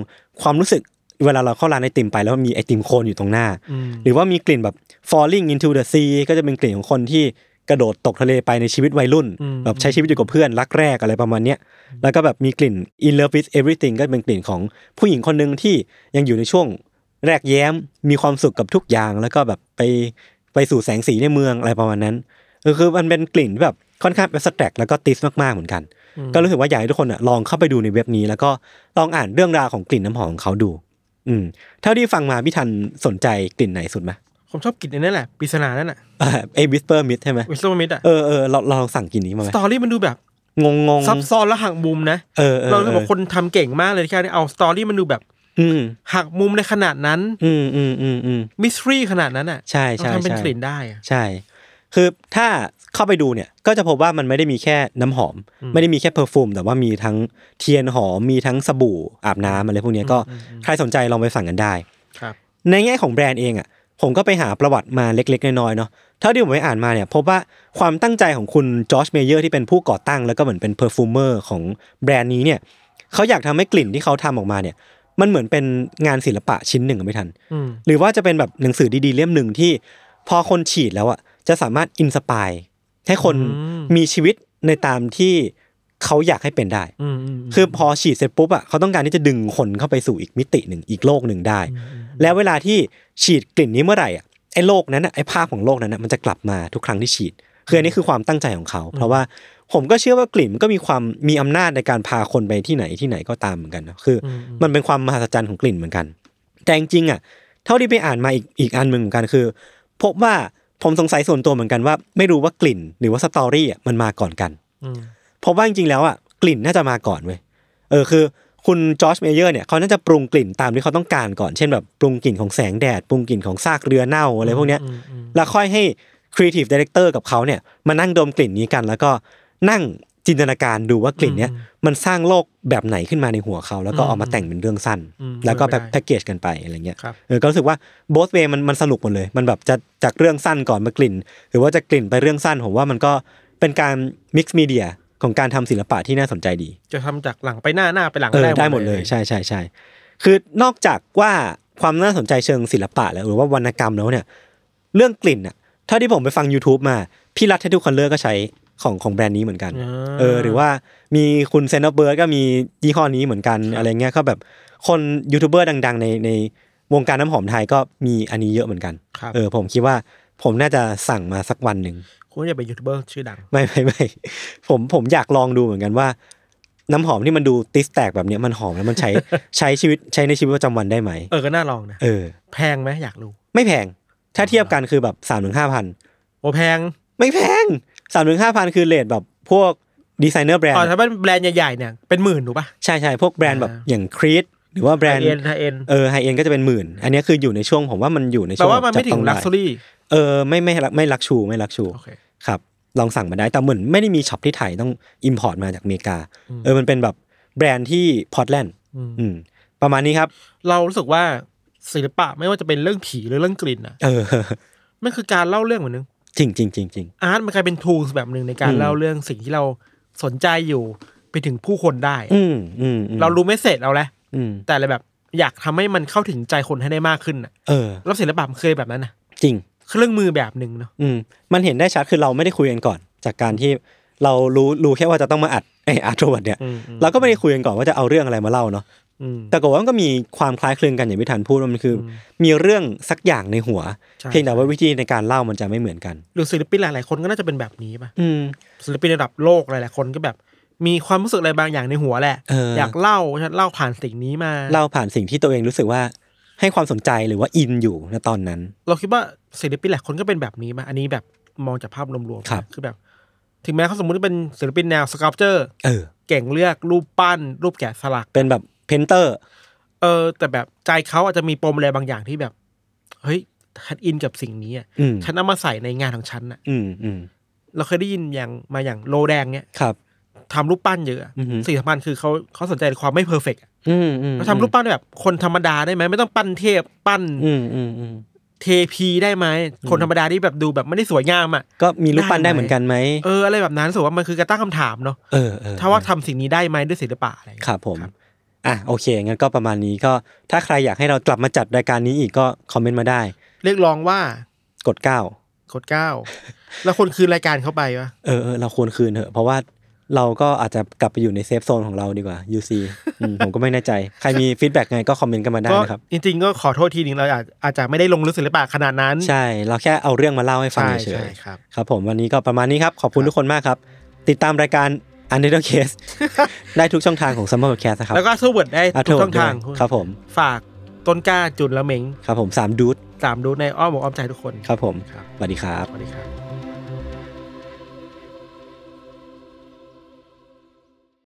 Speaker 2: ความรู้สึกเวลาเราเข้าร้านไอติมไปแล้วมันมีไอติมโคนอยู่ตรงหน้า
Speaker 3: อืม
Speaker 2: หรือว่ามีกลิ่นแบบ falling into the sea ก็จะเป็นกลิ่นของคนที่กระโดดตกทะเลไปในชีวิตวัยรุ่น
Speaker 3: อืม
Speaker 2: แบบใช้ชีวิตอยู่กับเพื่อนรักแรกอะไรประมาณเนี้ยแล้วก็แบบมีกลิ่น in love with everything ก็เป็นกลิ่นของผู้หญิงคนหนึ่งที่ยังอยู่ในช่วงแรกแย้มมีความสุขกับทุกอย่าง แล้วก็แบบไปไปสู่แสงสีในเมืองอะไรประมาณนั้นเออคือมันเป็นกลิ่นที่แบบค่อนข้างแอบสแตรกแล้วก็ติสมากๆเหมือนกัน
Speaker 3: อืม
Speaker 2: ก็รู้สึกว่าอยากให้ทุกคนน่ะลองเข้าไปดูในเว็บนี้ แล้วก็ลองอ่านเรื่องราวของกลิ่นน้ำหอมของเขาดู อืมเท่าที่ฟังมาพี่ทันสนใจกลิ่นไหนสุดไหม
Speaker 3: ผมชอบกลิ่นไอ้นั่นแหละปริศนานั่นน่ะ
Speaker 2: ไอ้วิสเปอร์มิดใช่ไหม
Speaker 3: วิสโตมิดอ่ะ
Speaker 2: เออเออเราเราลองสั่งกลิ่นนี้มาไห
Speaker 3: ส
Speaker 2: ม
Speaker 3: ตอรี่มันดูแบบ
Speaker 2: งงงง
Speaker 3: ซับซ้อนและหักมุมนะ
Speaker 2: เออเออ
Speaker 3: เราจะบอกคนทำเก่งมากเลยที่เอาสตอรี่มันดูแบบ
Speaker 2: อืม
Speaker 3: หักมุมในขนาดนั้น
Speaker 2: อืมอืมอืมอืม
Speaker 3: มิสทรีขนาดนั้นอ่ะ
Speaker 2: ใช่ใช่
Speaker 3: เอาทำเป็น
Speaker 2: ใช่
Speaker 3: กลิ่นได้อะ
Speaker 2: ใช่ คือถ้าเข้าไปดูเนี่ยก็จะพบว่ามันไม่ได้มีแค่น้ำหอม
Speaker 3: อืม
Speaker 2: ไม่ได้มีแค่เพอร์ฟูมแต่ว่ามีทั้งเทียนหอม มีทั้งสบู่อาบน้ำอะไรพวกเนี้ยก็
Speaker 3: อืมอืม
Speaker 2: ใครสนใจลองไปสั่งกันได้
Speaker 3: ครับ
Speaker 2: ในแง่ของแบรนด์เองอ่ะผมก็ไปหาประวัติมาเล็ก ๆ น้อยๆเนาะเท่าที่ผมไปอ่านมาเนี่ยพบว่าความตั้งใจของคุณจอร์จเมเยอร์ที่เป็นผู้ก่อตั้งแล้วก็เหมือนเป็นเพอร์ฟูมเมอร์ของแบรนด์นี้เนี่ยเขาอยากทำให้กลิ่นที่เขาทำออกมาเนี่ยมันเหมือนเป็นงานศิลปะชิ้นหนึ่งอะไม่ทัน
Speaker 3: อืม
Speaker 2: หรือว่าจะเป็นแบบหนังสือดีๆเล่มหนึ่งที่พอคนฉีดแล้วอ่ะจะสามารถอินสปายให้คนมีชีวิตในตามที่เขาอยากให้เป็นได้
Speaker 3: อืมอืม
Speaker 2: คือพอฉีดเสร็จปุ๊บอ่ะเขาต้องการที่จะดึงคนเข้าไปสู่อีกมิติหนึ่งอีกโลกหนึ่งได้ แล้วเวลาที่ฉีดกลิ่นนี้เมื่อไหร่อ่ะไอ้โลกนั้นอ่ะไอ้ภาพของโลกนั้นอ่ะมันจะกลับมาทุกครั้งที่ฉีด คืออันนี้คือความตั้งใจของเขา เพราะว่าผมก็เชื่อว่ากลิ่นมันก็มีความมีอำนาจในการพาคนไปที่ไหนที่ไหนก็ตามเหมือนกันนะคืออมันเป็นความมหัศจรรย์ของกลิ่นเหมือนกัน แต่จริงๆอ่ะเท่าที่ไปอ่านมาอีกอีกอันหนึ่งเหมือนกันคือ พบว่าผมสงสัยส่วนตัวเหมือนกันว่า ไม่รู้ว่ากลิ่น หรือว่าสตอรี่อ่ะมันมาก่อนกัน
Speaker 3: อืม
Speaker 2: เพราะว่าจริงๆแล้วอ่ะกลิ่นน่าจะมาก่อนเว้ยเออคือคุณจอร์จเมเยอร์เนี่ยเขาน่าจะปรุงกลิ่นตามที่เขาต้องการก่อนเช่นแบบปรุงกลิ่นของแสงแดด ปรุงกลิ่นของซากเรือเน่าอะไรพวกเนี้ย
Speaker 3: อืมอืม
Speaker 2: แล้วค่อยให้ครีเอทีฟดีเรคเตอร์กับเขาเนี่ยมานั่งดมกลิ่นนี้กัน แล้วก็นั่งจินตนาการดูว่ากลิ่นเนี้ยมันสร้างโลกแบบไหนขึ้นมาในหัวเขา แล้วก็เอามาแต่งเป็นเรื่องสั้น
Speaker 3: อืม
Speaker 2: แล้วก็แบบ
Speaker 3: เป็
Speaker 2: แพ็
Speaker 3: นไปได้
Speaker 2: กเกจกันไปอะไรเงี้ย
Speaker 3: ครับ
Speaker 2: เออก็รู้สึกว่า both way มันมันสนุกหมดเลย มันแบบจะจากเรื่องสั้นก่อนมากลิ่น หรือว่าจะกลิ่นไปเรื่องสั้นผมว่ามันก็เป็นการ mix media ของการทำศิลปะที่น่าสนใจดี
Speaker 3: จะทำจากหลังไปหน้าหน้าไปหลัง
Speaker 2: เออได้หมดเลยใช่ใช่ใช่คือนอกจากว่าความน่าสนใจเชิงศิลปะแล้วหรือว่าวรรณกรรมแล้วเนี่ย เรื่องกลิ่นอ่ะเท่าที่ผมไปฟัง YouTube มา พี่รัฐให้ทุกคนเลอร์ก็ใช้ของของแบรนด์นี้เหมือนกัน เออหรือว่ามีคุณเซนต์เบิร์ดก็มียี่ห้อนี้เหมือนกันอะไรเงี้ยก็แบบคนยูทูบเบอร์ดัง ๆ ในในวงการน้ำหอมไทยก็มีอันนี้เยอะเหมือนกัน
Speaker 3: ครับ
Speaker 2: เออผมคิดว่าผมน่าจะสั่งมาสักวันหนึ่ง
Speaker 3: คุณจะเป็นยูทูบเบอร์ชื่อดัง
Speaker 2: ไม่ ไม่ไม่ ผมผมอยากลองดูเหมือนกันว่า น้ำหอมที่มันดูติสแตกแบบเนี้ยมันหอมแล้วมันใช้ ใช้ชีวิตใช้ในชีวิตประจำวันได้ไหม
Speaker 3: เออก็น่าลองนะ
Speaker 2: เออ
Speaker 3: แพงไหมอยากรู้
Speaker 2: ไม่แพง ถ้าเทียบกันคือแบบสามถึงห้าพัน
Speaker 3: โอ้แพง
Speaker 2: ไม่แพงสามถึงห้าพันคือเลทแบบพวกดีไซเนอร์แบรน
Speaker 3: อ๋อ
Speaker 2: ด์
Speaker 3: ถ้าเป็นแบรนด์ใหญ่ๆเนี่ยเป็นหมื่นถูกป่ะ
Speaker 2: ใช่ใช่พวกแบรนด์แบบ
Speaker 3: อ่า
Speaker 2: อย่างครีดหรือว่าแบรนด์
Speaker 3: เอ็นเอ็น
Speaker 2: เออไฮเอ็นก็จะเป็นหมื่น อันเนี้ยคืออยู่ในช่วงผมว่ามันอยู่ใน
Speaker 3: แปล
Speaker 2: ช่วง
Speaker 3: ว่ามันไม่ถึง
Speaker 2: จับ
Speaker 3: ลั
Speaker 2: ต้
Speaker 3: ก
Speaker 2: อ
Speaker 3: ซ์
Speaker 2: ได้
Speaker 3: รี่
Speaker 2: เออไม่ไม่ไม่ลักชูไม่ลักชู
Speaker 3: โอเค
Speaker 2: ครับ ลองสั่งมาได้แต่เหมือนไม่ได้มีช็อปที่ไทยต้องอิมพอร์ตมาจากอเมริกา
Speaker 3: อืม
Speaker 2: เออมันเป็นแบบแบรนด์ที่พอร์ตแลนด์
Speaker 3: อืม
Speaker 2: อืมประมาณนี้ครับ
Speaker 3: เรารู้สึกว่าศิลปะไม่ว่าจะเป็นเรื่องผีหรือเรื่องกลิ่นอ่ะ
Speaker 2: เออ
Speaker 3: มันคือการเล่าเรื่องเหมือนนึง
Speaker 2: จริงจริงจริงจริง
Speaker 3: อาร์ตมันกลายเป็นทูสแบบหนึ่งในการ
Speaker 2: อืม
Speaker 3: เล่าเรื่องสิ่งที่เราสนใจอยู่ไปถึงผู้คนได้
Speaker 2: อืมอืมอืม
Speaker 3: เรารู้ไม่เสร็จเราแหละ
Speaker 2: อืม
Speaker 3: แต่อะไรแบบอยากทำให้มันเข้าถึงใจคนให้ได้มากขึ้นน่ะ
Speaker 2: เออ
Speaker 3: แล้วศิลปะมันเคยแบบนั้นนะ
Speaker 2: จริง
Speaker 3: เครื่องมือแบบหนึ่งเนาะ
Speaker 2: อืมมันเห็นได้ชัดคือเราไม่ได้คุยกันก่อน จากการที่เรารู้รู้แค่ว่าจะต้องมาอัด ไออาร์ตวัดเนี่ย
Speaker 3: อืมอืม
Speaker 2: เราก็ไม่ได้คุยกันก่อนว่าจะเอาเรื่องอะไรมาเล่าเนาะ
Speaker 3: อืม
Speaker 2: แต่กฏว่ามันก็มีความคล้ายคลึงกันอย่างพิธันพูดว่ามันคืออ
Speaker 3: ม
Speaker 2: มีเรื่องสักอย่างในหัว
Speaker 3: ใช่
Speaker 2: เพียงแต่ว่าวิธีในการเล่ามันจะไม่เหมือนกัน
Speaker 3: หรือศิลปินหลายๆคนก็น่าจะเป็นแบบนี้ป่ะ
Speaker 2: อืม
Speaker 3: ศิลปินระดับโลกหลายๆคนก็แบบ มีความรู้สึกอะไรบางอย่างในหัวแหละ
Speaker 2: เอออ
Speaker 3: ยากเล่าฉันเล่าผ่านสิ่งนี้มา
Speaker 2: เล่าผ่านสิ่งที่ตัวเองรู้สึกว่าให้ความสนใจหรือว่าอินอยู่ณตอนนั้น
Speaker 3: เราคิดว่าศิลปินหลายคนก็เป็นแบบนี้มาอันนี้แบบมองจากภาพรวมๆนะครับ คือแบบ ถึงแม้เขาสมมติว่าเป็นศิลปินแนวสครับเจอร์
Speaker 2: เออ
Speaker 3: เก่งเลือกรูปปั้น รูปแกะสลัก
Speaker 2: เป็นแบบเพนเตอร์
Speaker 3: เออ แต่แบบใจเขาอาจจะมีปมอะไรบางอย่างที่แบบ เฮ้ย ฉันอินกับสิ่งนี้อะ
Speaker 2: อืม
Speaker 3: ฉันเอามาใส่ในงานของฉันอะ
Speaker 2: อืมอืม
Speaker 3: เราเคยได้ยินอย่างมาอย่างโลแดงเนี่ย
Speaker 2: ครับ
Speaker 3: ทำรูปปั้นเยอะอะ
Speaker 2: อือหือ
Speaker 3: สิ่งสำคัญคือเขาเขาสนใจในความไม่เพอร์เฟกต์อะ
Speaker 2: อืมอืม
Speaker 3: เขาทำรูปปั้นแบบคนธรรมดาได้ไหมไม่ต้องปั้นเทพปั้น
Speaker 2: อืมอืมอืม
Speaker 3: เทพีได้ไหมคนธรรมดาที่แบบดูแบบไม่ได้สวยงามอ่ะ
Speaker 2: ก็มีรูปปั้นได้เหมือนกันไหม
Speaker 3: เอออะไรแบบนั้นรู้สึกว่ามันคือการตั้งคำถามเนาะ
Speaker 2: เออเออ
Speaker 3: ถ้าว่าทำสิ่งนี้ได้ไหมด้วยศิลปะอะไรอย่างเงี้ย
Speaker 2: ครับผม
Speaker 3: ครับ
Speaker 2: อ่ะโอเค งั้นก็ประมาณนี้ก็ถ้าใครอยากให้เรากลับมาจัดรายการนี้อีกก็คอมเมนต์มาได้
Speaker 3: เรียกร้องว่าก
Speaker 2: ดเก้าก
Speaker 3: ดเก้า แล้วคนคืนรายการเข้าไปวะ
Speaker 2: เออเออเราควรคืนเถอะ เพราะว่าเราก็อาจจะกลับไปอยู่ในเซฟโซนของเราดีกว่า UC อืม ผมก็ไม่แน่ใจ ใครมีฟีดแบ็กไงก็คอมเมนต์กันมาได้
Speaker 3: ก็
Speaker 2: นะครับ
Speaker 3: จริงๆ ก็ขอโทษทีหนึ่งเราอาจอาจจะไม่ได้ลงลึกศิลปะขนาดนั้น
Speaker 2: ใช่ เราแค่เอาเรื่องมาเล่าให้ฟัง
Speaker 3: ใช่
Speaker 2: เฉ
Speaker 3: ใช่
Speaker 2: ย
Speaker 3: ครับ
Speaker 2: ๆครับผมวันนี้ก็ประมาณนี้ครับ ขอบคุณทุกคนมากครับ ติดตามรายการ u n d e r t a l Case ได้ทุกช่องทางของ Summer Podcast นะครับ
Speaker 3: แล้วก็สู้เวิร์ดได้
Speaker 2: ะ
Speaker 3: ทุกช่องทาง
Speaker 2: ด้วยครับผม
Speaker 3: ฝากต้นกล้าจุนละเหมง
Speaker 2: ครับผมสามดูด
Speaker 3: สามดูในอ้อมอกอ้อมใจทุกคน
Speaker 2: ครับผม
Speaker 3: ครับ
Speaker 2: สวัสดีครับ
Speaker 3: สวัสดีครับ